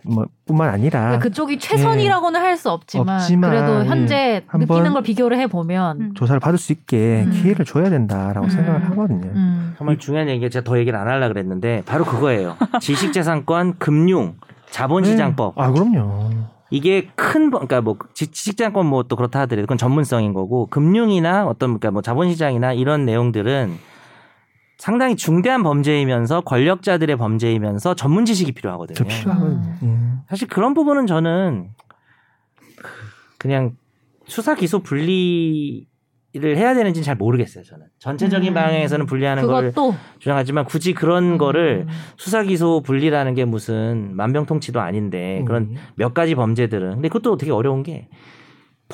D: 뭐 뿐만 아니라
C: 그러니까 그쪽이 최선이라고는 할 수 없지만,
D: 없지만,
C: 그래도 현재
D: 예.
C: 느끼는
D: 한번-
C: 걸 비교를 해보면
A: 음.
D: 조사를 받을 수 있게
C: 음.
D: 기회를 줘야 된다라고
C: 음.
D: 생각을 하거든요.
C: 음.
B: 정말 중요한 얘기 제가 더 얘기를 안 하려 그랬는데 바로 그거예요. 지식재산권, 금융, 자본시장법
D: 네. 아 그럼요.
B: 이게 큰 번- 그러니까 뭐 지식재산권 뭐 또 그렇다 하더라도 그건 전문성인 거고 금융이나 어떤 그러니까 뭐 자본시장이나 이런 내용들은 상당히 중대한 범죄이면서 권력자들의 범죄이면서 전문 지식이 필요하거든요.
D: 저
C: 아.
D: 필요하거든요. 음.
B: 사실 그런 부분은 저는 그냥 수사 기소 분리를 해야 되는지는 잘 모르겠어요. 저는 전체적인
C: 음.
B: 방향에서는 분리하는 걸
C: 그것도
B: 주장하지만 굳이 그런
C: 음.
B: 거를 수사 기소 분리라는 게 무슨 만병통치도 아닌데 네, 그런
D: 음.
B: 몇 가지 범죄들은 근데 그것도 되게 어려운 게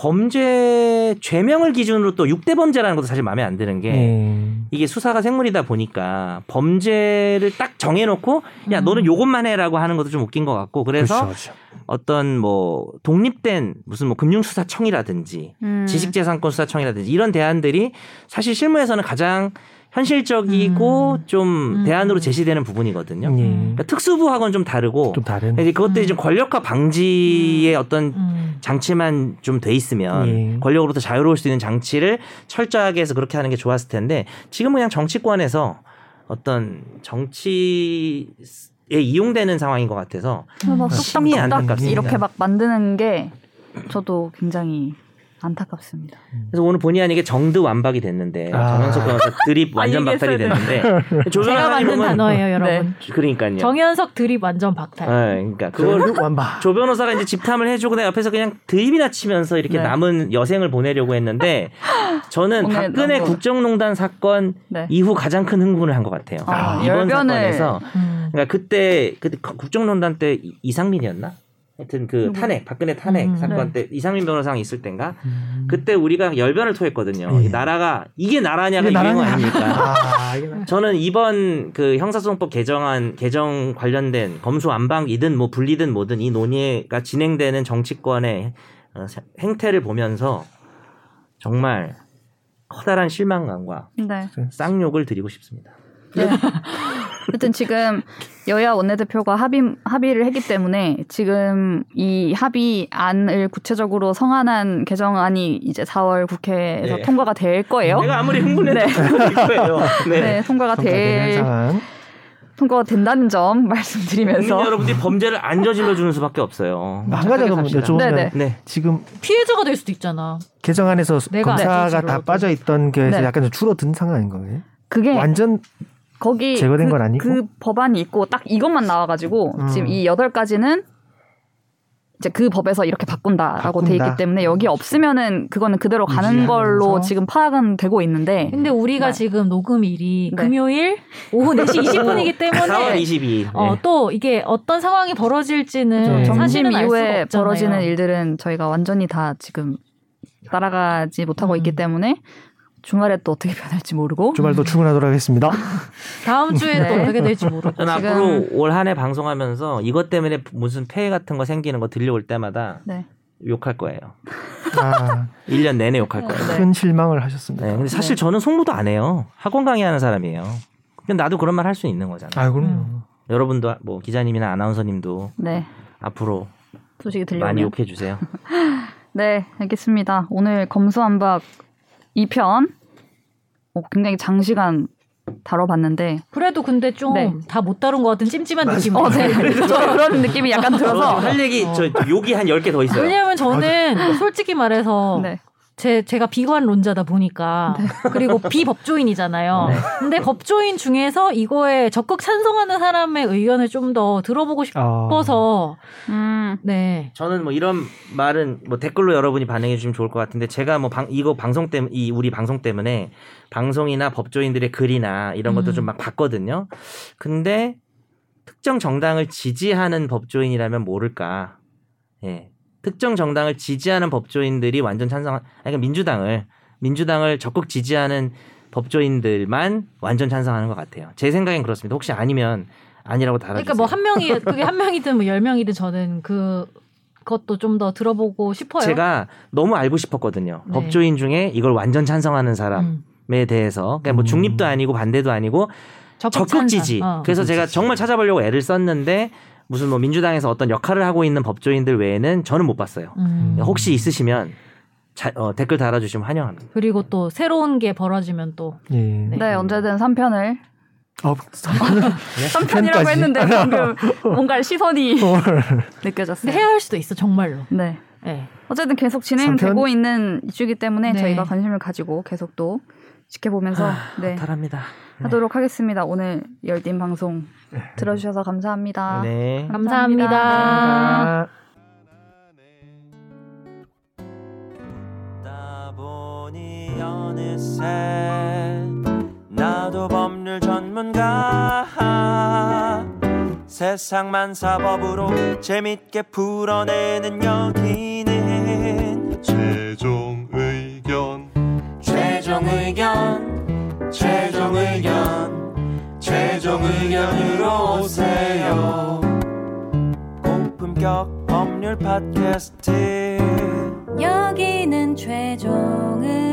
B: 범죄 죄명을 기준으로 또 6대 범죄라는 것도 사실 마음에 안 드는 게
D: 예.
B: 이게 수사가 생물이다 보니까 범죄를 딱 정해놓고 야
C: 음.
B: 너는 요것만 해라고 하는 것도 좀 웃긴 것 같고 그래서
D: 그렇죠, 그렇죠.
B: 어떤 뭐 독립된 무슨 뭐 금융수사청이라든지
A: 음.
B: 지식재산권수사청이라든지 이런 대안들이 사실 실무에서는 가장 현실적이고
C: 음.
B: 좀
C: 음.
B: 대안으로 제시되는 부분이거든요.
D: 예.
C: 음.
B: 그러니까 특수부하고는 좀 다르고
D: 좀 다른.
B: 이제 그것들이 좀 권력화 방지의 어떤
C: 음.
B: 장치만 좀 돼 있으면
D: 예.
B: 권력으로부터 자유로울 수 있는 장치를 철저하게 해서 그렇게 하는 게 좋았을 텐데 지금은 그냥 정치권에서 어떤 정치에 이용되는 상황인 것 같아서
A: 막
B: 심히
A: 뭐 뚝딱뚝딱
B: 안타깝습니다.
A: 이렇게 막 만드는 게 저도 굉장히 안타깝습니다.
B: 그래서 오늘 본의 아니게 정드 완박이 됐는데
D: 아.
B: 정현석 변호사 드립 완전
A: 아,
B: 박탈이
A: 얘기했어야
B: 됐는데
C: 제가 만든 단어예요, 여러분.
B: 그러니까요.
C: 정현석 드립 완전 박탈.
B: 예, 그러니까 그걸
D: 완바.
B: 조 변호사가 이제 집탐을 해주고 내가 옆에서 그냥 드립이나 치면서 이렇게
A: 네.
B: 남은 여생을 보내려고 했는데 저는
A: 오늘
B: 박근혜
A: 남은 거.
B: 국정농단 사건
A: 네.
B: 이후 가장 큰 흥분을 한 것 같아요.
A: 아,
B: 이번
A: 열변을.
B: 사건에서
C: 음.
B: 그러니까 그때 그때 국정농단 때 이- 이상민이었나? 하여튼 그 탄핵 박근혜 탄핵
C: 음,
B: 사건 때 이상민 변호사랑 있을 땐가
D: 음.
B: 그때 우리가 열변을 토했거든요.
D: 예.
B: 이 나라가 이게 나라냐가
D: 이게
B: 유행어
D: 나라냐.
B: 아닙니까?
D: 아, 이게
B: 저는 이번 그 형사소송법 개정안 개정 관련된 검수 안방이든 뭐 분리든 뭐든 이 논의가 진행되는 정치권의 어, 세- 행태를 보면서 정말 커다란 실망감과
A: 네.
B: 쌍욕을 드리고 싶습니다.
A: 네. 어쨌든 지금 여야 원내대표가 합의 합의를 했기 때문에 지금 이 합의안을 구체적으로 성안한 개정안이 이제 4월 국회에서
B: 네.
A: 통과가 될 거예요.
B: 내가 아무리 흥분해도 이거예요. 네.
A: 네,
D: 아,
A: 통과가
D: 정착되는
A: 될
D: 상황.
A: 통과가 된다는 점 말씀드리면서
B: 국민 여러분들이 범죄를 안 저질러 주는 수밖에 없어요.
D: 한 가지 한번
C: 갑시다.
D: 여쭤보면
A: 네네.
B: 네.
D: 지금
C: 피해자가 될 수도 있잖아.
D: 개정안에서
C: 내가
D: 검사가
C: 알려주기로도.
D: 다 빠져 있던 게
A: 네.
D: 약간 좀 줄어든 상황인 거예요.
A: 그게
D: 완전
A: 거기
D: 제거된
A: 그,
D: 건 아니고?
A: 그 법안이 있고 딱 이것만 나와가지고
D: 음.
A: 지금 이 여덟 가지는 이제 그 법에서 이렇게 바꾼다라고 돼
D: 바꾼다.
A: 있기 때문에 여기 없으면은 그거는 그대로 가는
D: 유지하면서.
A: 걸로 지금 파악은 되고 있는데
C: 근데 우리가
A: 네.
C: 지금 녹음일이
A: 네.
C: 금요일 오후 4시 20분이기
B: 4월
C: 때문에
B: 22일. 네.
C: 어, 또 이게 어떤 상황이 벌어질지는
D: 네.
A: 점심
C: 사실은 알 수가
A: 이후에
C: 없잖아요.
A: 벌어지는 일들은 저희가 완전히 다 지금 따라가지 못하고
C: 음.
A: 있기 때문에 주말에 또 어떻게 변할지 모르고
D: 주말도 출근하도록 하겠습니다.
C: 다음 주에 또
A: 네.
C: 어떻게 될지 모르고.
B: 저는
A: 지금-
B: 앞으로 올 한 해 방송하면서 이것 때문에 무슨 폐해 같은 거 생기는 거 들려올 때마다
A: 네.
B: 욕할 거예요.
D: 아,
B: 1년 내내 욕할 거예요.
D: 큰 실망을 하셨습니다.
B: 네. 근데 사실 저는 송무도 안 해요. 학원 강의하는 사람이에요. 근데 나도 그런 말 할 수 있는 거잖아요.
D: 아, 그럼요.
C: 음.
B: 여러분도 뭐 기자님이나 아나운서님도
A: 네
B: 앞으로
A: 소식이
B: 많이
A: 들려오네요.
B: 욕해 주세요.
A: 네, 알겠습니다. 오늘 검수한박 2편 어, 굉장히 장시간 다뤄봤는데
C: 그래도 근데 좀
A: 네.
C: 다 못 다룬 것 같은 찜찜한 느낌.
A: 어, 네. 저 그런 느낌이 약간 들어서
B: 할 얘기 저 욕이 한 10개 더 있어요.
C: 왜냐하면 저는 솔직히 말해서
A: 네.
C: 제 제가 비관론자다 보니까 그리고
A: 네.
C: 비법조인이잖아요. 근데 법조인 중에서 이거에 적극 찬성하는 사람의 의견을 좀 더 들어보고
D: 아.
C: 싶어서
A: 음,
C: 네.
B: 저는 뭐 이런 말은 뭐 댓글로 여러분이 반응해 주시면 좋을 것 같은데 제가 뭐 방, 이거 방송 때문에 이 우리 방송 때문에 방송이나 법조인들의 글이나 이런 것도
C: 음.
B: 좀 막 봤거든요. 근데 특정 정당을 지지하는 법조인이라면 모를까. 예. 특정 정당을 지지하는 법조인들이 완전 찬성, 아니, 그러니까 민주당을 민주당을 적극 지지하는 법조인들만 완전 찬성하는 것 같아요. 제 생각엔 그렇습니다. 혹시 아니면 아니라고 달아주세요.
C: 그러니까 뭐 한 명이 그게 한 명이든 뭐 열 명이든 저는 그 것도 좀 더 들어보고 싶어요.
B: 제가 너무 알고 싶었거든요.
C: 네.
B: 법조인 중에 이걸 완전 찬성하는 사람에
C: 음,
B: 대해서 그러니까 뭐
D: 음.
B: 중립도 아니고 반대도 아니고 적극
C: 찬성.
B: 지지.
C: 어.
B: 그래서
D: 적극
B: 제가
D: 지지.
B: 정말 찾아보려고 애를 썼는데 무슨 뭐 민주당에서 어떤 역할을 하고 있는 법조인들 외에는 저는 못 봤어요.
C: 음.
B: 혹시 있으시면 자- 어, 댓글 달아주시면 환영합니다.
C: 그리고 또 새로운 게 벌어지면 또
D: 예.
A: 네, 언제든 3편을
D: 어, 편까지.
A: 3편이라고 했는데 방금 뭔가 시선이
C: 근데
A: 느껴졌어요.
C: 해야 할 수도 있어 정말로.
A: 네.
C: 네.
A: 어쨌든 계속
D: 삼
A: 진행되고
D: 편?
A: 있는 이슈이기 때문에
C: 네.
A: 저희가 관심을 가지고 계속 또 지켜보면서 네,
B: 탈합니다.
A: 하도록 하겠습니다. 오늘 열띤 방송
D: 네.
A: 들어주셔서
C: 아,
A: 감사합니다.
B: 네.
C: 감사합니다.
A: 감사합니다.
D: 아.
E: 다 보니 어느새 나도 법률 전문가 세상만 사법으로 재밌게 풀어내는 여기는
F: 최종 의견
E: 최종 의견 최종 의견 최종 의견으로
A: 아.
E: 오세요 고품격 법률 팟캐스트
G: 여기는 최종 의견